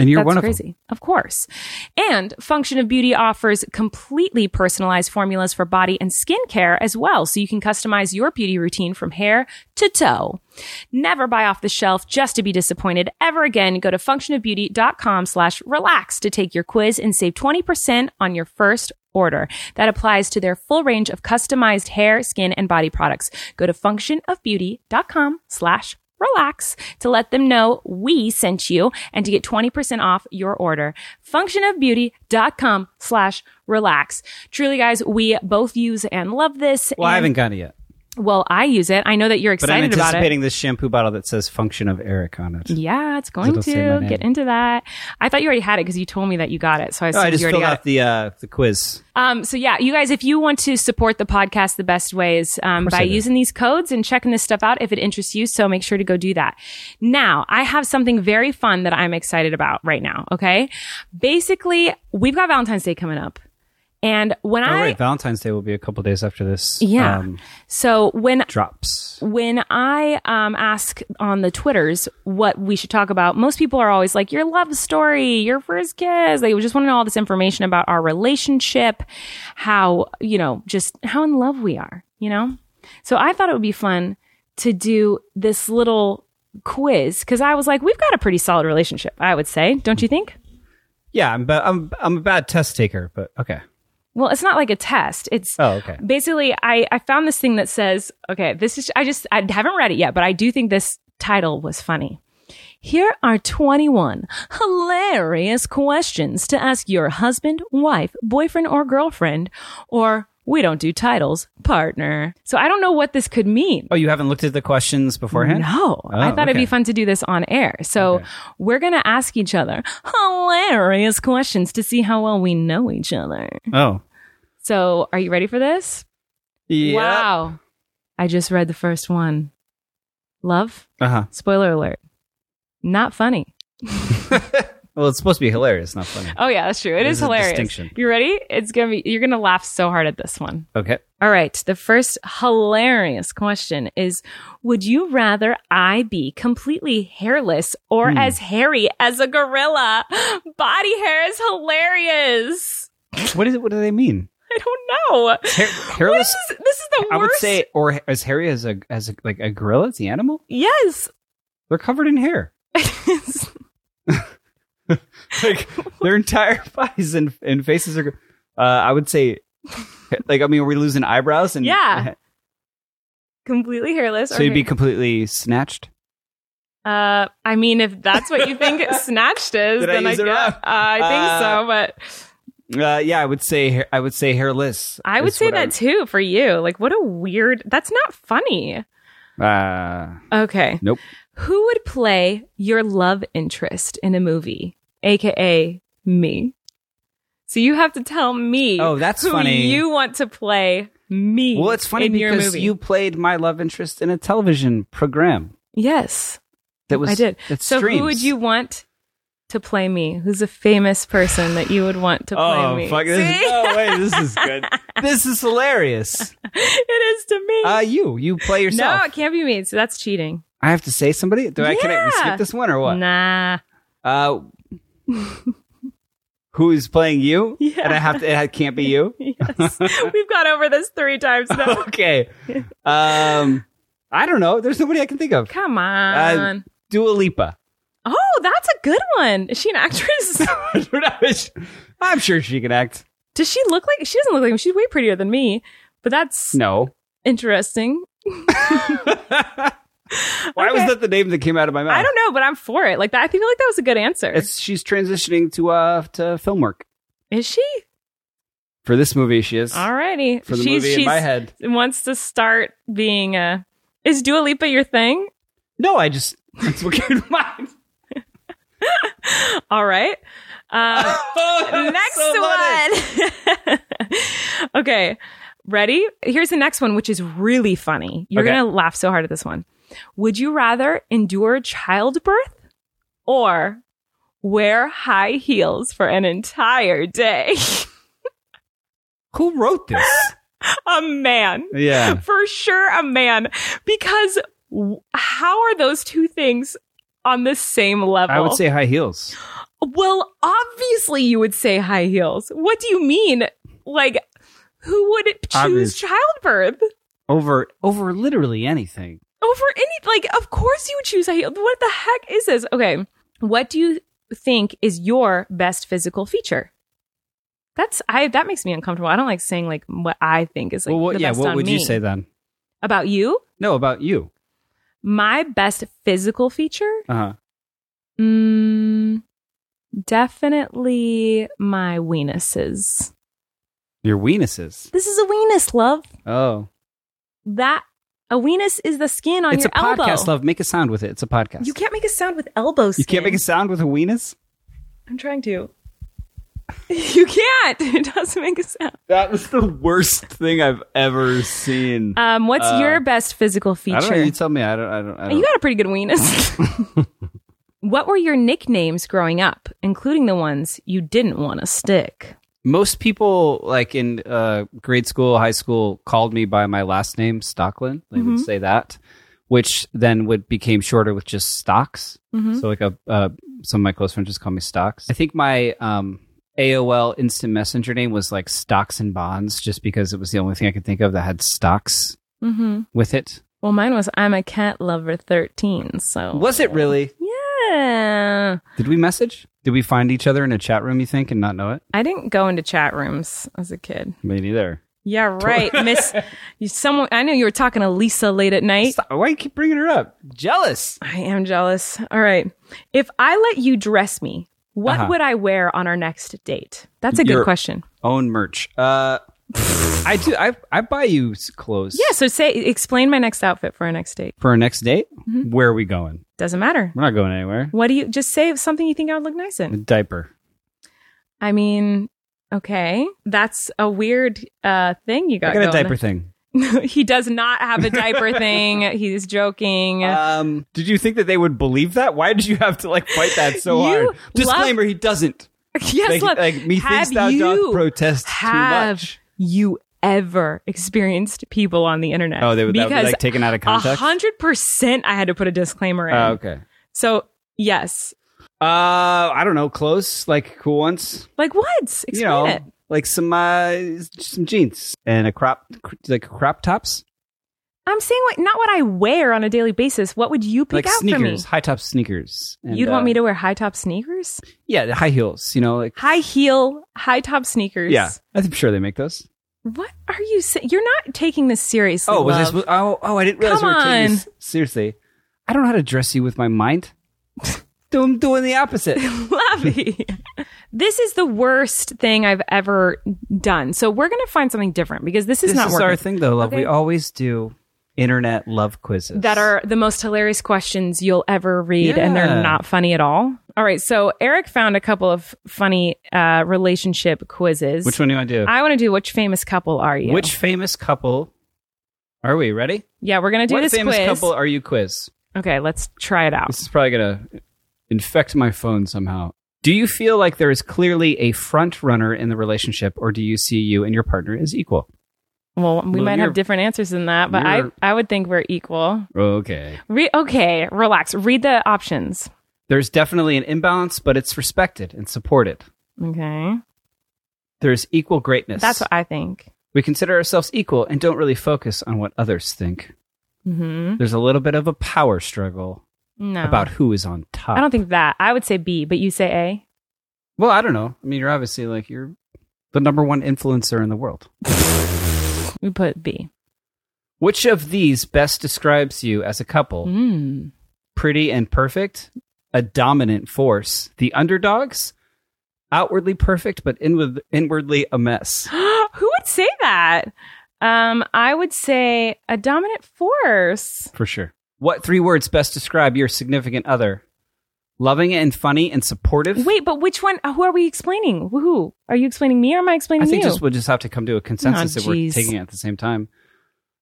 Speaker 2: And you're
Speaker 1: That's
Speaker 2: one of
Speaker 1: crazy. Of course. And Function of Beauty offers completely personalized formulas for body and skin care as well. So you can customize your beauty routine from hair to toe. Never buy off the shelf just to be disappointed ever again. Go to functionofbeauty.com slash relax to take your quiz and save 20% on your first order. That applies to their full range of customized hair, skin, and body products. Go to functionofbeauty.com slash relax to let them know we sent you and to get 20% off your order. Functionofbeauty.com slash relax. Truly, guys, we both use and love this.
Speaker 2: Well, I
Speaker 1: and-
Speaker 2: haven't got it yet,
Speaker 1: well, I use it. I know that you're
Speaker 2: but
Speaker 1: excited
Speaker 2: I'm
Speaker 1: about it.
Speaker 2: anticipating this shampoo bottle that says "Function of Eric" on it.
Speaker 1: Yeah, it's going
Speaker 2: It'll say my
Speaker 1: to
Speaker 2: name.
Speaker 1: get into that. I thought you already had it because you told me that you got it. So I
Speaker 2: No,
Speaker 1: assumed
Speaker 2: Oh, I just
Speaker 1: you
Speaker 2: filled
Speaker 1: already got
Speaker 2: out
Speaker 1: it.
Speaker 2: the uh, the quiz.
Speaker 1: Um, so yeah, you guys, if you want to support the podcast, the best way is um, by
Speaker 2: I do.
Speaker 1: using these codes and checking this stuff out if it interests you. So make sure to go do that. Now, I have something very fun that I'm excited about right now. Okay, basically, we've got Valentine's Day coming up, and when
Speaker 2: All
Speaker 1: I
Speaker 2: right, Valentine's Day will be a couple days after this.
Speaker 1: yeah,
Speaker 2: um,
Speaker 1: so when
Speaker 2: drops.
Speaker 1: when I um, ask on the Twitters what we should talk about, most people are always like, your love story, your first kiss. They just want to know all this information about our relationship, how, you know, just how in love we are, you know? So I thought it would be fun to do this little quiz because I was like, we've got a pretty solid relationship, I would say. Don't you think?
Speaker 2: Yeah, I'm ba- I'm I'm a bad test taker, but okay.
Speaker 1: Well, it's not like a test. It's
Speaker 2: Oh, okay.
Speaker 1: basically I, I found this thing that says okay this is i just i haven't read it yet but i do think this title was funny here are 21 hilarious questions to ask your husband wife boyfriend or girlfriend or we don't do titles partner so i don't know what this could mean
Speaker 2: Oh, you haven't looked at the questions beforehand?
Speaker 1: no, I
Speaker 2: Oh,
Speaker 1: thought it'd
Speaker 2: okay.
Speaker 1: be fun to do this on air. So we're going to ask each other hilarious questions to see how well we know each other.
Speaker 2: Oh,
Speaker 1: So are you ready for this?
Speaker 2: yeah.
Speaker 1: Wow. I just read the first one. Love?
Speaker 2: Uh huh.
Speaker 1: Spoiler alert. Not funny.
Speaker 2: Well, it's supposed to be hilarious, not funny.
Speaker 1: Oh yeah, that's true. It
Speaker 2: There's
Speaker 1: is
Speaker 2: a
Speaker 1: hilarious.
Speaker 2: distinction.
Speaker 1: You ready? It's going to be you're going to laugh so hard at this one.
Speaker 2: Okay.
Speaker 1: All right, the first hilarious question is would you rather I be completely hairless
Speaker 2: Hmm.
Speaker 1: or as hairy as a gorilla? Body hair is hilarious.
Speaker 2: What is it? What do they mean?
Speaker 1: I don't know.
Speaker 2: Hair- hairless.
Speaker 1: This is, this is the worst.
Speaker 2: I would say, or as hairy as a as a, like a gorilla, it's the animal.
Speaker 1: yes.
Speaker 2: They're covered in hair. Like their entire bodies and, and faces are. Uh, I would say, like I mean, are we losing eyebrows? And
Speaker 1: Yeah. completely hairless.
Speaker 2: So
Speaker 1: or
Speaker 2: you'd be
Speaker 1: hair-
Speaker 2: completely snatched.
Speaker 1: Uh, I mean, if that's what you think snatched is,
Speaker 2: Did I
Speaker 1: then I,
Speaker 2: use it
Speaker 1: guess-
Speaker 2: wrong?
Speaker 1: uh, I think so. But
Speaker 2: Uh, yeah, I would say hair- I would say hairless.
Speaker 1: I would
Speaker 2: is
Speaker 1: say
Speaker 2: what I
Speaker 1: that too for you. Like, what a weird. That's not funny.
Speaker 2: Uh,
Speaker 1: Okay.
Speaker 2: Nope.
Speaker 1: Who would play your love interest in a movie, aka me? So you have to tell me.
Speaker 2: Oh, that's
Speaker 1: who
Speaker 2: funny.
Speaker 1: You want to play me?
Speaker 2: well, it's funny
Speaker 1: in your
Speaker 2: because
Speaker 1: movie.
Speaker 2: you played my love interest in a television program.
Speaker 1: Yes.
Speaker 2: That was
Speaker 1: I did.
Speaker 2: That's
Speaker 1: so
Speaker 2: streams.
Speaker 1: who would you want to play me? Who's a famous person that you would want to play
Speaker 2: Oh
Speaker 1: me?
Speaker 2: fuck! This is,
Speaker 1: See?
Speaker 2: oh wait, this is good. this is hilarious.
Speaker 1: it is to me.
Speaker 2: Uh you you play yourself.
Speaker 1: no, it can't be me. So that's cheating.
Speaker 2: I have to say somebody. Do I can I
Speaker 1: Yeah.
Speaker 2: skip this one or what?
Speaker 1: Nah.
Speaker 2: Uh, who is playing you?
Speaker 1: Yeah.
Speaker 2: And I have to. It can't be you.
Speaker 1: Yes. We've gone over this three times now.
Speaker 2: okay. Um, I don't know. There's nobody I can think of.
Speaker 1: Come on.
Speaker 2: Dua Lipa.
Speaker 1: oh, that's a good one. Is she an actress?
Speaker 2: I'm sure she can act.
Speaker 1: Does she look like she doesn't look like me. She's way prettier than me. But that's
Speaker 2: No.
Speaker 1: interesting.
Speaker 2: Why was
Speaker 1: Okay.
Speaker 2: that the name that came out of my mouth?
Speaker 1: I don't know, but I'm for it. Like that, I feel like that was a good answer.
Speaker 2: It's she's transitioning to uh to film work
Speaker 1: is she?
Speaker 2: for this movie. She is
Speaker 1: Alrighty.
Speaker 2: for the movie in my head.
Speaker 1: wants to start being a. Is Dua Lipa your thing?
Speaker 2: No, I just that's what came to mind.
Speaker 1: All right. Um,
Speaker 2: Oh,
Speaker 1: next
Speaker 2: so funny.
Speaker 1: one. okay. Ready? Here's the next one, which is really funny. You're
Speaker 2: Okay.
Speaker 1: going to laugh so hard at this one. Would you rather endure childbirth or wear high heels for an entire day?
Speaker 8: Who wrote this?
Speaker 1: a man.
Speaker 2: Yeah.
Speaker 1: For sure, a man. Because w- how are those two things on the same level?
Speaker 2: I would say high heels.
Speaker 1: Well, obviously, you would say high heels. What do you mean? Like, who would choose
Speaker 2: Obvious.
Speaker 1: childbirth
Speaker 2: Over
Speaker 8: Over literally anything.
Speaker 1: over any? Like, of course you would choose high heels. What the heck is this? Okay. What do you think is your best physical feature? That's I. That makes me uncomfortable. I don't like saying like what I think is like
Speaker 2: well, what,
Speaker 1: the
Speaker 2: yeah.
Speaker 1: best
Speaker 2: What
Speaker 1: on
Speaker 2: would you
Speaker 1: me.
Speaker 2: say then?
Speaker 1: about you?
Speaker 2: No, about you.
Speaker 1: My best physical feature,
Speaker 2: Uh huh.
Speaker 1: mm, definitely my weenuses.
Speaker 2: Your weenuses.
Speaker 1: This is a weenus, love.
Speaker 2: Oh,
Speaker 1: that a weenus is the skin on
Speaker 2: it's
Speaker 1: your
Speaker 2: a
Speaker 1: elbow.
Speaker 2: podcast. Love, make a sound with it. It's a podcast.
Speaker 1: You can't make a sound with elbow skin.
Speaker 2: You can't make a sound with a weenus.
Speaker 1: I'm trying to. You can't. It doesn't make a sound.
Speaker 2: That was the worst thing I've ever seen.
Speaker 1: Um, what's
Speaker 2: Uh,
Speaker 1: your best physical
Speaker 2: I don't know.
Speaker 1: feature?
Speaker 2: You tell me. I don't. I don't. I
Speaker 1: You
Speaker 2: don't.
Speaker 1: got a pretty good weenus. what were your nicknames growing up, including the ones you didn't want to stick?
Speaker 2: Most people, like in uh, grade school, high school, called me by my last name, Stockland. They
Speaker 1: Mm-hmm.
Speaker 2: would say that, which then would became shorter with just Stocks.
Speaker 1: Mm-hmm.
Speaker 2: So like a uh, some of my close friends just call me Stocks. I think my um, AOL Instant Messenger name was like Stocks and Bonds, just because it was the only thing I could think of that had stocks
Speaker 1: Mm-hmm.
Speaker 2: with it.
Speaker 1: Well, mine was I'm a cat lover 13. So
Speaker 2: Was it really?
Speaker 1: Yeah.
Speaker 2: Did we message? Did we find each other in a chat room? You think and not know it?
Speaker 1: I didn't go into chat rooms as a kid.
Speaker 2: Me neither.
Speaker 1: Yeah, right, Miss. You, someone I know you were talking to Lisa late at night.
Speaker 2: Stop. Why you keep bringing her up? Jealous.
Speaker 1: I am jealous. All right, if I let you dress me, what
Speaker 2: Uh-huh.
Speaker 1: would I wear on our next date? That's a good
Speaker 2: Your-
Speaker 1: question.
Speaker 2: Own merch. Uh, I do. I I buy you s- clothes.
Speaker 1: Yeah. So say, explain my next outfit for our next date.
Speaker 2: For our next date,
Speaker 1: Mm-hmm.
Speaker 2: where are we going?
Speaker 1: Doesn't matter.
Speaker 2: We're not going anywhere.
Speaker 1: What do you just say? Something you think I would look nice
Speaker 2: A
Speaker 1: in.
Speaker 2: diaper.
Speaker 1: I mean, okay, that's a weird uh thing you got.
Speaker 2: I got a
Speaker 1: going.
Speaker 2: diaper thing.
Speaker 1: he does not have a diaper thing. He's joking.
Speaker 2: Um, did you think that they would believe that? Why did you have to like fight that so
Speaker 1: You
Speaker 2: hard?
Speaker 1: love-
Speaker 2: Disclaimer: He doesn't.
Speaker 1: yes,
Speaker 2: Like,
Speaker 1: love.
Speaker 2: like me thinks
Speaker 1: Have
Speaker 2: thou
Speaker 1: you-
Speaker 2: doth protest too
Speaker 1: have
Speaker 2: much.
Speaker 1: you ever experienced people on the internet?
Speaker 2: Oh, they would, that would be
Speaker 1: because
Speaker 2: like taken out of context.
Speaker 1: hundred percent. I had to put a disclaimer in.
Speaker 2: Oh, okay.
Speaker 1: So yes,
Speaker 2: Uh, I don't know. Close, like cool ones.
Speaker 1: like what? Explain
Speaker 2: you know,
Speaker 1: it.
Speaker 2: like some uh, some jeans and a crop, cr- like crop tops,
Speaker 1: I'm saying what, not what I wear on a daily basis. What would you pick
Speaker 2: like
Speaker 1: out for me?
Speaker 2: sneakers, high top sneakers. And,
Speaker 1: You'd
Speaker 2: uh,
Speaker 1: want me to wear high top sneakers,
Speaker 2: yeah, the high heels. You know, like
Speaker 1: high heel, high top sneakers.
Speaker 2: yeah, I'm sure they make those.
Speaker 1: What are you saying? You're not taking this seriously.
Speaker 2: Oh, was I
Speaker 1: love.
Speaker 2: supposed? Oh, oh, I didn't realize
Speaker 1: Come
Speaker 2: we were
Speaker 1: on.
Speaker 2: taking this seriously. I don't know how to dress you with my mind. Do- I'm doing the opposite.
Speaker 1: Lovey. this is the worst thing I've ever done. So we're gonna find something different because this is
Speaker 2: this
Speaker 1: not
Speaker 2: is
Speaker 1: working.
Speaker 2: our thing, though. Love,
Speaker 1: Okay.
Speaker 2: we always do internet love quizzes
Speaker 1: that are the most hilarious questions you'll ever read and
Speaker 2: Yeah.
Speaker 1: they're not funny at all. All right, so Eric found a couple of funny uh, relationship quizzes.
Speaker 2: Which one do you want to do?
Speaker 1: I want to do which famous couple are you?
Speaker 2: Which famous couple are we? Ready?
Speaker 1: Yeah, we're going to do
Speaker 2: what
Speaker 1: this
Speaker 2: famous
Speaker 1: quiz.
Speaker 2: couple are you? Quiz.
Speaker 1: Okay, let's try it out.
Speaker 2: This is probably going to infect my phone somehow. Do you feel like there is clearly a front runner in the relationship, or do you see you and your partner as equal?
Speaker 1: Well, we
Speaker 2: Well,
Speaker 1: might
Speaker 2: you're-
Speaker 1: have different answers than that, but I,
Speaker 2: you're-
Speaker 1: I would think we're equal.
Speaker 2: Okay.
Speaker 1: Re- okay, relax. Read the options.
Speaker 2: There's definitely an imbalance, but it's respected and supported.
Speaker 1: Okay.
Speaker 2: There's equal greatness.
Speaker 1: That's what I think.
Speaker 2: we consider ourselves equal and don't really focus on what others think.
Speaker 1: hmm
Speaker 2: There's a little bit of a power struggle
Speaker 1: No.
Speaker 2: about who is on top.
Speaker 1: I don't think that. I would say B, but you say A.
Speaker 2: Well, I don't know. I mean, you're obviously like you're the number one influencer in the world.
Speaker 1: We put B.
Speaker 2: Which of these best describes you as a couple? Hmm.
Speaker 1: Mm.
Speaker 2: Pretty and perfect, a dominant force, the underdogs, outwardly perfect but inward- inwardly a mess.
Speaker 1: Who would say that? Um, I would say a dominant force.
Speaker 2: For sure. What three words best describe your significant other? Loving and funny and supportive.
Speaker 1: Wait, but which one? Who are we explaining? Who are you explaining? Me or am I
Speaker 2: I
Speaker 1: explaining
Speaker 2: think
Speaker 1: you?
Speaker 2: just we'll just have to come to a consensus
Speaker 1: Oh,
Speaker 2: that we're
Speaker 1: jeez.
Speaker 2: taking it at the same time.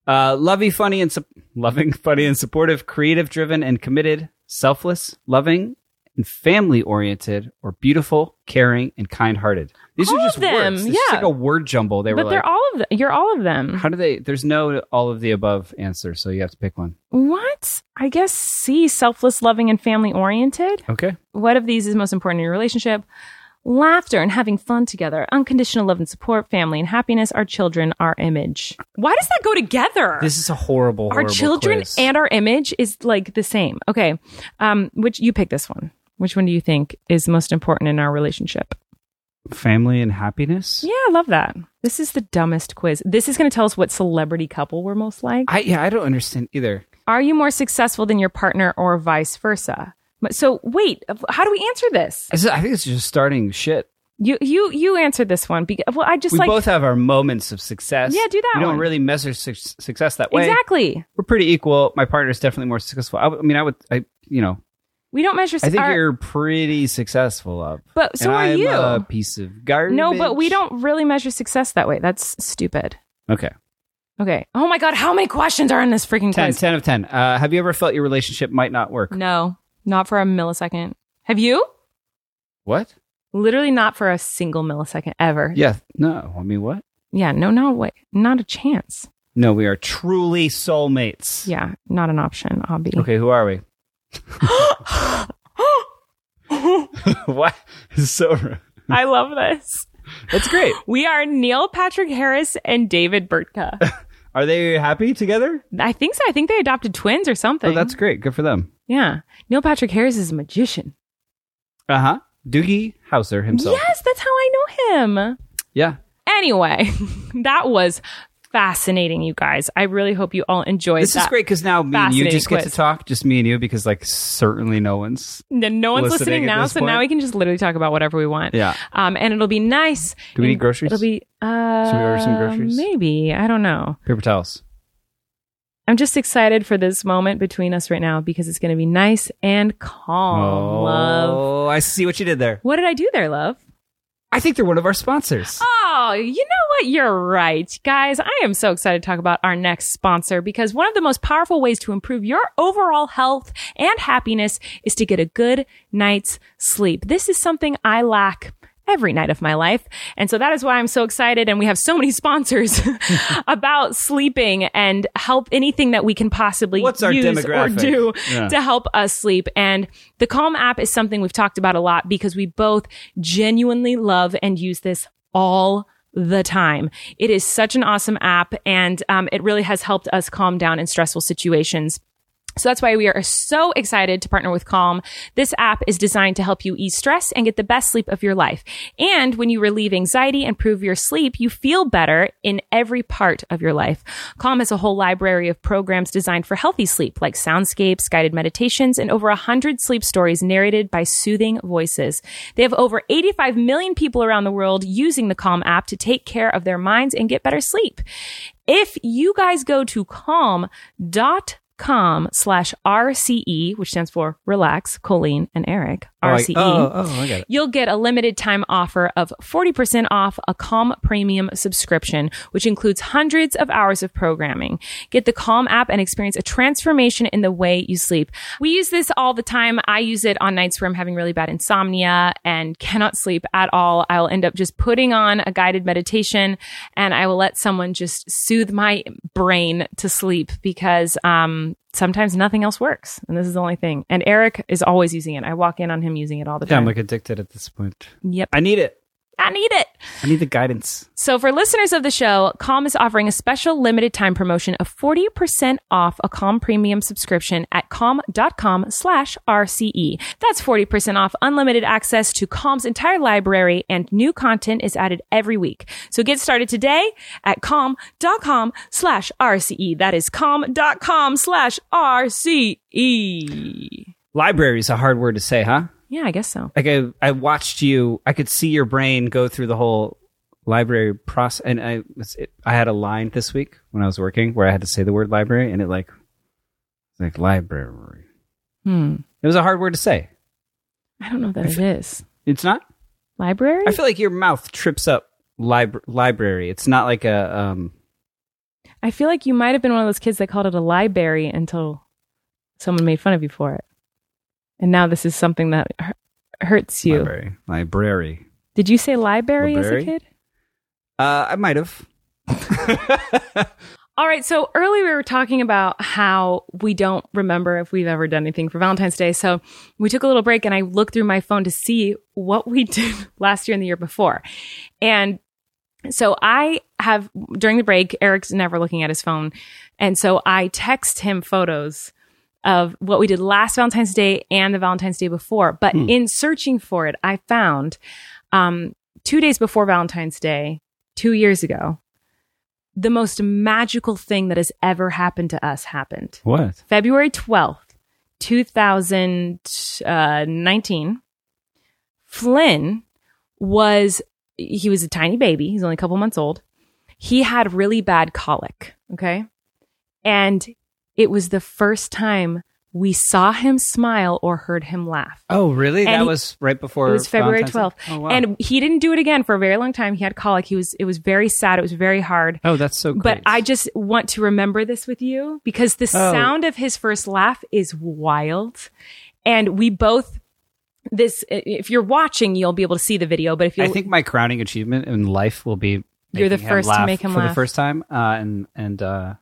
Speaker 2: Uh, lovey, funny, and sup- loving, funny, and supportive, creative, driven, and committed, selfless, loving, and family oriented, or beautiful, caring, and kind hearted. These
Speaker 1: All
Speaker 2: are
Speaker 1: of
Speaker 2: just
Speaker 1: them,
Speaker 2: words. It's just
Speaker 1: yeah.
Speaker 2: like a word jumble. They
Speaker 1: but
Speaker 2: were like,
Speaker 1: they're all of the, you're all of them.
Speaker 2: how do they? There's no all of the above answer, so you have to pick one.
Speaker 1: What? I guess C, selfless, loving, and family oriented.
Speaker 2: Okay.
Speaker 1: What of these is most important in your relationship? Laughter and having fun together, unconditional love and support, family and happiness, our children, our image. Why does that go together?
Speaker 2: This is a horrible,
Speaker 1: our
Speaker 2: horrible
Speaker 1: children
Speaker 2: quiz.
Speaker 1: and our image is like the same. Okay. Um, which you pick this one. Which one do you think is most important in our relationship?
Speaker 2: family and happiness.
Speaker 1: Yeah, I love that. This is the dumbest quiz. This is going to tell us what celebrity couple we're most like.
Speaker 2: I yeah, I don't understand either.
Speaker 1: Are you more successful than your partner or vice versa? But- So wait, how do we answer this?
Speaker 2: This is- I think it's just starting shit.
Speaker 1: You you you answered this one because well I just
Speaker 2: we
Speaker 1: like
Speaker 2: both have our moments of success.
Speaker 1: Yeah, do that
Speaker 2: We don't
Speaker 1: one.
Speaker 2: really measure su- success that way.
Speaker 1: exactly.
Speaker 2: We're pretty equal. My partner's definitely more successful. I, w- I mean, I would, I, you know,
Speaker 1: We don't measure.
Speaker 2: I think
Speaker 1: our-
Speaker 2: you're pretty successful up.
Speaker 1: But so
Speaker 2: And
Speaker 1: are
Speaker 2: I'm
Speaker 1: you.
Speaker 2: A piece of garbage.
Speaker 1: no, but we don't really measure success that way. That's stupid.
Speaker 2: Okay.
Speaker 1: Okay. Oh my god, how many questions are in this freaking
Speaker 2: 10,
Speaker 1: quiz?
Speaker 2: 10 of 10. Uh, have you ever felt your relationship might not work?
Speaker 1: No, not for a millisecond. Have you?
Speaker 2: What?
Speaker 1: Literally not for a single millisecond ever.
Speaker 2: Yeah. No. I mean, what?
Speaker 1: Yeah, no, no way. Not a chance.
Speaker 2: No, we are truly soulmates.
Speaker 1: Yeah, not an option, Obby.
Speaker 2: Okay. Who are we? what? It's so rude.
Speaker 1: I love this.
Speaker 2: That's great.
Speaker 1: We are Neil Patrick Harris and David Bertka.
Speaker 2: Are they happy together?
Speaker 1: I think so. I think they adopted twins or something.
Speaker 2: Oh, that's great. Good for them.
Speaker 1: yeah. Neil Patrick Harris is a magician.
Speaker 2: Uh huh. Doogie Hauser himself.
Speaker 1: Uh-huh. Yes, that's how I know him.
Speaker 2: Yeah.
Speaker 1: Anyway, that was fascinating, you guys. I really hope you all enjoyed
Speaker 2: This
Speaker 1: that.
Speaker 2: is great because now me and you
Speaker 1: fascinating
Speaker 2: just get to
Speaker 1: quiz.
Speaker 2: talk, just me and you, because like certainly no one's.
Speaker 1: N- No one's
Speaker 2: Listening
Speaker 1: listening,
Speaker 2: at
Speaker 1: now,
Speaker 2: this
Speaker 1: so now
Speaker 2: point.
Speaker 1: we can just literally talk about whatever we want.
Speaker 2: Yeah.
Speaker 1: Um, and it'll be nice.
Speaker 2: Do we need
Speaker 1: And
Speaker 2: groceries?
Speaker 1: It'll be. Uh,
Speaker 2: we order some groceries?
Speaker 1: Maybe I don't know.
Speaker 2: Paper towels.
Speaker 1: I'm just excited for this moment between us right now because it's going to be nice and calm, Oh, love.
Speaker 2: Oh, I see what you did there.
Speaker 1: What did I do there, love?
Speaker 2: I think they're one of our sponsors.
Speaker 1: Oh, you know what? You're right. Guys, I am so excited to talk about our next sponsor because one of the most powerful ways to improve your overall health and happiness is to get a good night's sleep. This is something I lack every night of my life. And so that is why I'm so excited. And we have so many sponsors about sleeping and help anything that we can possibly
Speaker 2: What's our
Speaker 1: use or
Speaker 2: demographic?
Speaker 1: do
Speaker 2: Yeah.
Speaker 1: to help us sleep. And the Calm app is something we've talked about a lot because we both genuinely love and use this all the time. It is such an awesome app and um, it really has helped us calm down in stressful situations. So that's why we are so excited to partner with Calm. This app is designed to help you ease stress and get the best sleep of your life. And when you relieve anxiety and improve your sleep, you feel better in every part of your life. Calm has a whole library of programs designed for healthy sleep, like soundscapes, guided meditations, and over 100 sleep stories narrated by soothing voices. They have over 85 million people around the world using the Calm app to take care of their minds and get better sleep. If you guys go to E, calm.com slash RCE, which stands for relax, Colleen and Eric, E. RCE.
Speaker 2: oh, oh, I got it.
Speaker 1: You'll get a limited time offer of 40% off a Calm Premium subscription, which includes hundreds of hours of programming. Get the Calm app and experience a transformation in the way you sleep. We use this all the time. I use it on nights where I'm having really bad insomnia and cannot sleep at all. I'll end up just putting on a guided meditation and I will let someone just soothe my brain to sleep because, um, Sometimes nothing else works, and this is the only thing. And Eric is always using it. I walk in on him using it all the
Speaker 9: Yeah,
Speaker 1: time.
Speaker 9: I'm like addicted at this point.
Speaker 1: Yep.
Speaker 9: I need it.
Speaker 1: I need it.
Speaker 9: I need the guidance.
Speaker 1: So, for listeners of the show, Calm is offering a special limited time promotion of 40% off a Calm premium subscription at calm.com slash RCE. That's 40% off unlimited access to Calm's entire library, and new content is added every week. So, get started today at calm.com slash RCE. That is calm.com slash RCE.
Speaker 2: Library is a hard word to say, huh?
Speaker 1: Yeah, I guess so.
Speaker 2: Like I, I watched you. I could see your brain go through the whole library process. And I, was- it- I had a line this week when I was working where I had to say the word library, and it like, like library.
Speaker 1: Hmm.
Speaker 2: It was a hard word to say.
Speaker 1: I don't know that it is.
Speaker 2: It's not.
Speaker 1: Library?
Speaker 2: I feel like your mouth trips up libra- library. It's not like a um.
Speaker 1: I feel like you might have been one of those kids that called it a library until someone made fun of you for it. And now this is something that hu- hurts you.
Speaker 2: Library. Library.
Speaker 1: Did you say library as
Speaker 2: Library?
Speaker 1: a kid?
Speaker 2: Uh, I might have.
Speaker 1: All right. So earlier we were talking about how we don't remember if we've ever done anything for Valentine's Day. So we took a little break and I looked through my phone to see what we did last year and the year before. And so I have during the break, Eric's never looking at his phone. And so I text him photos of what we did last Valentine's Day and the Valentine's Day before. But in searching for it, I found um, two days before Valentine's Day, two years ago, the most magical thing that has ever happened to us happened.
Speaker 9: What?
Speaker 1: February 12th, 2019, Flynn was, he was a tiny baby. He's only a couple months old. He had really bad colic. Okay. And it was the first time we saw him smile or heard him laugh.
Speaker 2: Oh, really?
Speaker 1: And
Speaker 2: that
Speaker 1: he-
Speaker 2: was right before.
Speaker 1: It was February
Speaker 2: Valentine's
Speaker 1: 12th.
Speaker 2: Day? Oh, wow.
Speaker 1: And he didn't do it again for a very long time. He had colic. He was, it was very sad. It was very hard.
Speaker 9: Oh, that's so
Speaker 1: But I just want to remember this with you because the
Speaker 2: Oh.
Speaker 1: sound of his first laugh is wild. And we both, this, if you're watching, you'll be able to see the video. But if you,
Speaker 2: I think my crowning achievement in life will be
Speaker 1: You're the
Speaker 2: making
Speaker 1: first to
Speaker 2: laugh
Speaker 1: make him
Speaker 2: for
Speaker 1: laugh.
Speaker 2: the first time, uh, and and uh,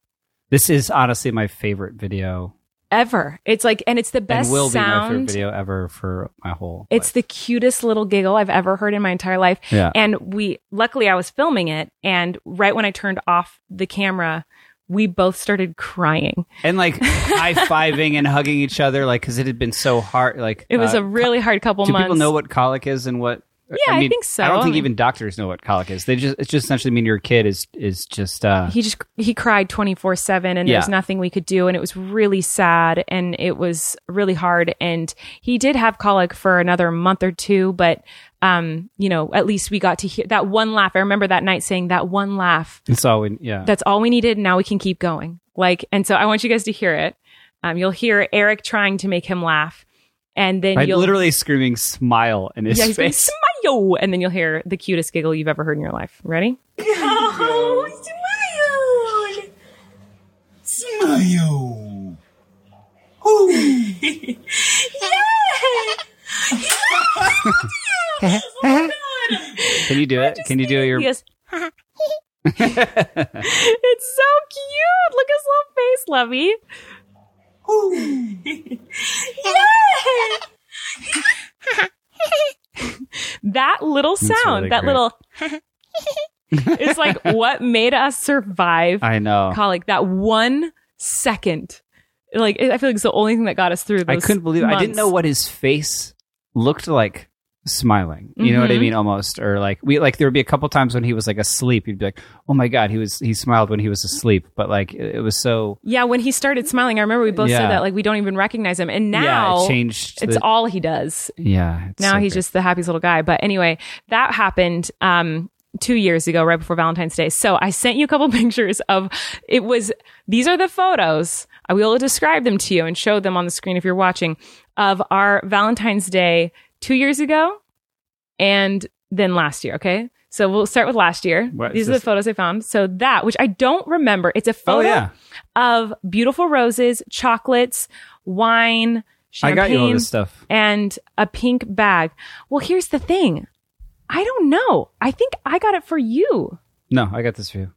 Speaker 2: this is honestly my favorite video
Speaker 1: ever, it's like, and it's the best
Speaker 2: and will be my favorite
Speaker 1: sound.
Speaker 2: video ever for my whole.
Speaker 1: It's
Speaker 2: life.
Speaker 1: the cutest little giggle I've ever heard in my entire life.
Speaker 2: Yeah.
Speaker 1: And we, luckily, I was filming it. And right when I turned off the camera, we both started crying.
Speaker 2: and like high fiving and hugging each other, like because it had been so hard. Like
Speaker 1: It was a
Speaker 2: uh,
Speaker 1: really hard couple
Speaker 2: do
Speaker 1: months.
Speaker 2: people know what colic is and what?
Speaker 1: Yeah, I think so.
Speaker 2: I
Speaker 1: I
Speaker 2: don't think
Speaker 1: mean-
Speaker 2: even doctors know what colic is. They just it's just essentially mean your kid is is just uh,
Speaker 1: he just he cried 24 7 and
Speaker 2: Yeah.
Speaker 1: there's nothing we could do and it was really sad and it was really hard and he did have colic for another month or two but um you know at least we got to hear that one laugh i remember that night saying that one laugh
Speaker 2: it's all we, yeah.
Speaker 1: that's all we needed and now we can keep going like and so i want you guys to hear it um you'll hear eric trying to make him laugh and then
Speaker 2: By
Speaker 1: you'll
Speaker 2: literally screaming smile in his
Speaker 1: yeah he's going
Speaker 2: face.
Speaker 1: smile and then you'll hear the cutest giggle you've ever heard in your life ready
Speaker 2: Can you do it? Can you do your?
Speaker 1: He goes, it's so cute. Look at his little face, Lovey. that little sound,
Speaker 2: really
Speaker 1: that
Speaker 2: great.
Speaker 1: little, is like what made us survive
Speaker 2: I know.
Speaker 1: colic. That one second, like I feel like it's the only thing that got us through.
Speaker 2: I
Speaker 1: those
Speaker 2: couldn't believe it. I didn't
Speaker 1: months.
Speaker 2: know what his face looked like smiling. You know what I
Speaker 1: Mhm.
Speaker 2: mean? Almost or like we like there would be a couple times when he was like asleep. You'd be like, oh my god, he was he smiled when he was asleep. But like it, it was so
Speaker 1: Yeah, when he started smiling, I remember we both
Speaker 2: Yeah.
Speaker 1: said that like we don't even recognize him, and now
Speaker 2: yeah, it changed.
Speaker 1: it's
Speaker 2: the-
Speaker 1: all he does.
Speaker 2: yeah. it's
Speaker 1: now
Speaker 2: so
Speaker 1: he's
Speaker 2: great.
Speaker 1: just the happiest little guy. But anyway, that happened um, two years ago, right before Valentine's Day. So I sent you a couple pictures of it was these are the photos. I will describe them to you and show them on the screen if you're watching of our Valentine's Day two years ago, and then last year. Okay, so we'll start with last year.
Speaker 2: What is
Speaker 1: These are the
Speaker 2: this?
Speaker 1: photos I found. So that, which I don't remember, it's a
Speaker 2: Oh
Speaker 1: photo
Speaker 2: yeah,
Speaker 1: of beautiful roses, chocolates, wine,
Speaker 7: I
Speaker 1: champagne,
Speaker 7: got you all this stuff.
Speaker 1: and a pink bag. Well, here's the thing. I don't know. I think I got it for you
Speaker 7: No, I got this for you.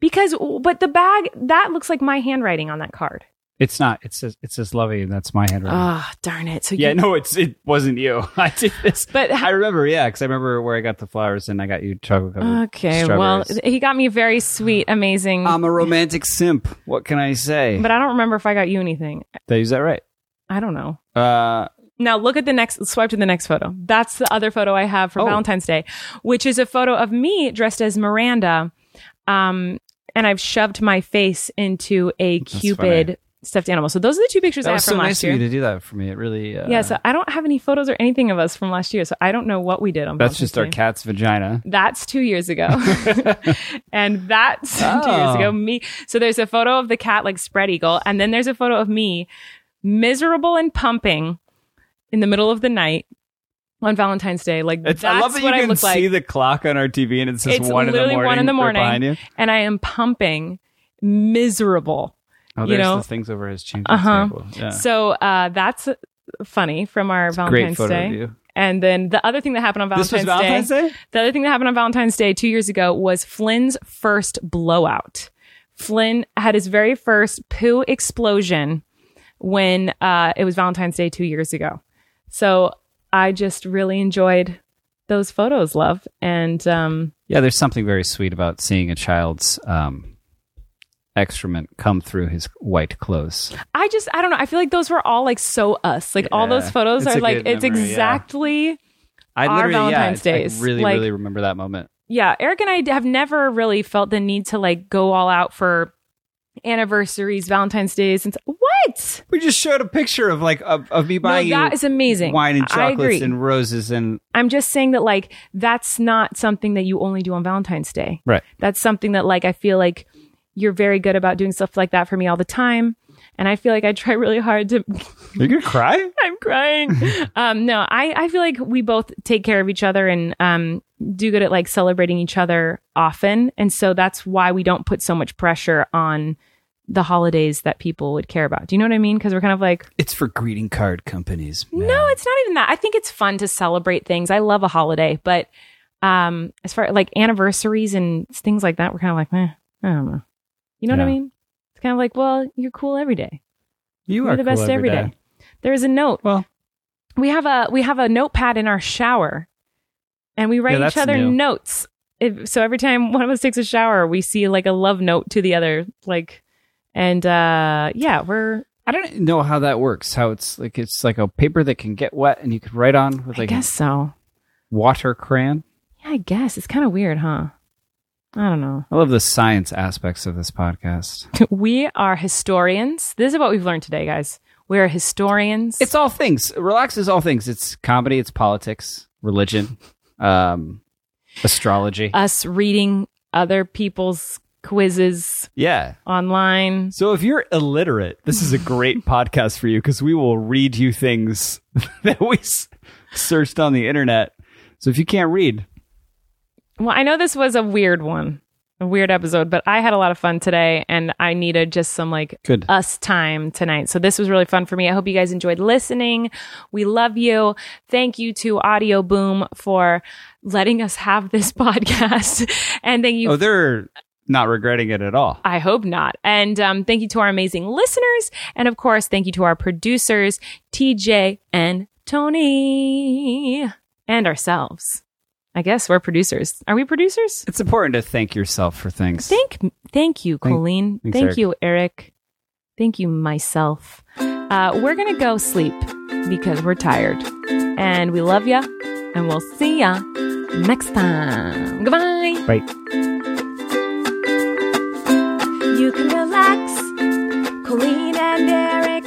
Speaker 1: because, but the bag that looks like my handwriting on that card.
Speaker 2: it's not. It's just, it's just lovey, and that's my handwriting.
Speaker 1: Oh, darn it. So
Speaker 2: yeah,
Speaker 1: you,
Speaker 2: no, it's it wasn't you. I did this.
Speaker 1: but
Speaker 7: I remember, yeah, because I remember where I got the flowers and I got you chocolate covered.
Speaker 1: okay. Well, he got me very sweet, amazing,
Speaker 2: Um,
Speaker 7: I'm a romantic simp. What can I say?
Speaker 1: but I don't remember if I got you anything.
Speaker 7: Did I use that right?
Speaker 1: I don't know.
Speaker 7: Uh,
Speaker 1: Now look at the next swipe to the next photo. That's the other photo I have for
Speaker 7: Oh.
Speaker 1: Valentine's Day, which is a photo of me dressed as Miranda. Um, and I've shoved my face into a cupid stuffed animal. So those are the two pictures
Speaker 7: that
Speaker 1: I have
Speaker 7: was so
Speaker 1: from
Speaker 7: nice
Speaker 1: last year.
Speaker 7: of you to do that for me. It really. Uh,
Speaker 1: yeah, so I don't have any photos or anything of us from last year, so I don't know what we did on
Speaker 2: That's
Speaker 1: Valentine's
Speaker 2: just our
Speaker 1: Day.
Speaker 2: cat's vagina.
Speaker 1: That's two years ago. and that's two years
Speaker 7: Oh.
Speaker 1: ago. Me. So there's a photo of the cat like spread eagle. And then there's a photo of me miserable and pumping in the middle of the night on Valentine's Day. Like,
Speaker 2: It's,
Speaker 1: that's
Speaker 2: I love that you
Speaker 1: what I
Speaker 2: can
Speaker 1: look
Speaker 2: see
Speaker 1: like.
Speaker 2: the clock on our TV, and it says
Speaker 1: It's
Speaker 2: one in the
Speaker 1: literally
Speaker 2: morning.
Speaker 1: one in the
Speaker 2: right
Speaker 1: morning.
Speaker 2: behind you.
Speaker 1: and I am pumping miserable.
Speaker 2: Oh,
Speaker 1: You
Speaker 2: there's
Speaker 1: know?
Speaker 2: the things over his chin.
Speaker 1: Uh-huh.
Speaker 2: table. Yeah.
Speaker 1: So uh, that's funny from our
Speaker 7: Great
Speaker 1: Valentine's
Speaker 7: photo
Speaker 1: Day.
Speaker 7: of you.
Speaker 1: And then the other thing that happened on Valentine's,
Speaker 2: this was Valentine's Day.
Speaker 1: The other thing that happened on Valentine's Day two years ago was Flynn's first blowout. Flynn had his very first poo explosion when uh, it was Valentine's Day two years ago. So I just really enjoyed those photos, love. And um,
Speaker 7: Yeah, there's something very sweet about seeing a child's um, excrement come through his white clothes.
Speaker 1: I just, I don't know. I feel like those were all like so us. Like all
Speaker 7: Yeah.
Speaker 1: those photos
Speaker 2: It's
Speaker 1: are
Speaker 2: a
Speaker 1: like,
Speaker 2: good
Speaker 1: it's
Speaker 2: memory, yeah.
Speaker 1: exactly.
Speaker 7: I
Speaker 1: Our
Speaker 7: literally,
Speaker 1: Valentine's
Speaker 7: yeah, I-
Speaker 1: days,
Speaker 7: I really,
Speaker 1: like-
Speaker 7: really remember that moment.
Speaker 1: yeah, Eric and I d- have never really felt the need to like go all out for anniversaries, Valentine's days, and what?
Speaker 7: We just showed a picture of like of, of me
Speaker 1: No,
Speaker 7: buying you
Speaker 1: that is amazing.
Speaker 7: wine and
Speaker 1: I agree.
Speaker 7: chocolates and roses and
Speaker 1: I'm just saying that like that's not something that you only do on Valentine's Day.
Speaker 7: Right.
Speaker 1: That's something that like I feel like you're very good about doing stuff like that for me all the time. And I feel like I try really hard to
Speaker 7: Are you gonna cry?
Speaker 1: I'm crying. um, no, I, I feel like we both take care of each other and um, do good at like celebrating each other often. And so that's why we don't put so much pressure on the holidays that people would care about. Do you know what I mean? Because we're kind of like,
Speaker 7: It's for greeting card companies.
Speaker 1: no, it's not even that. I think it's fun to celebrate things. I love a holiday, but um, as far like anniversaries and things like that, we're kind of like, eh, I don't know. You know what I
Speaker 7: Yeah.
Speaker 1: mean? It's kind of like, well, you're cool every day.
Speaker 7: You
Speaker 1: You're
Speaker 7: are
Speaker 1: the best
Speaker 7: cool every day.
Speaker 1: There is a note.
Speaker 7: Well-
Speaker 1: we have a we have a notepad in our shower, and we write
Speaker 7: Yeah,
Speaker 1: each
Speaker 7: that's
Speaker 1: other
Speaker 7: new.
Speaker 1: notes. If, so every time one of us takes a shower, we see like a love note to the other, like, and uh yeah, we're
Speaker 7: I don't know how that works. How it's like it's like a paper that can get wet and you could write on with
Speaker 1: I
Speaker 7: like a
Speaker 1: guess so.
Speaker 7: water crayon.
Speaker 1: Yeah, I guess it's kind of weird, huh? I don't know.
Speaker 7: I love the science aspects of this podcast.
Speaker 1: we are historians. This is what we've learned today, guys. We are historians.
Speaker 7: It's all things. Relax is all things. It's comedy. It's politics, religion, um, astrology.
Speaker 1: us reading other people's quizzes
Speaker 2: Yeah.
Speaker 1: online.
Speaker 2: So if you're illiterate, this is a great podcast for you because we will read you things that we s- searched on the internet. So if you can't read,
Speaker 1: Well, I know this was a weird one, a weird episode, but I had a lot of fun today and I needed just some like
Speaker 7: Good.
Speaker 1: us time tonight. So this was really fun for me. I hope you guys enjoyed listening. We love you. Thank you to Audio Boom for letting us have this podcast. and thank you
Speaker 2: oh, they're not regretting it at all.
Speaker 1: I hope not. And um, thank you to our amazing listeners. And of course, thank you to our producers, TJ and Tony, and ourselves. I guess we're producers. Are we producers?
Speaker 7: it's important to thank yourself for things.
Speaker 1: Thank, thank you, Colleen.
Speaker 7: thanks,
Speaker 1: thank
Speaker 7: Eric.
Speaker 1: you, Eric. Thank you, myself. Uh, we're gonna go sleep because we're tired, and we love ya, and we'll see ya next time. Goodbye.
Speaker 4: You can relax. Colleen and Eric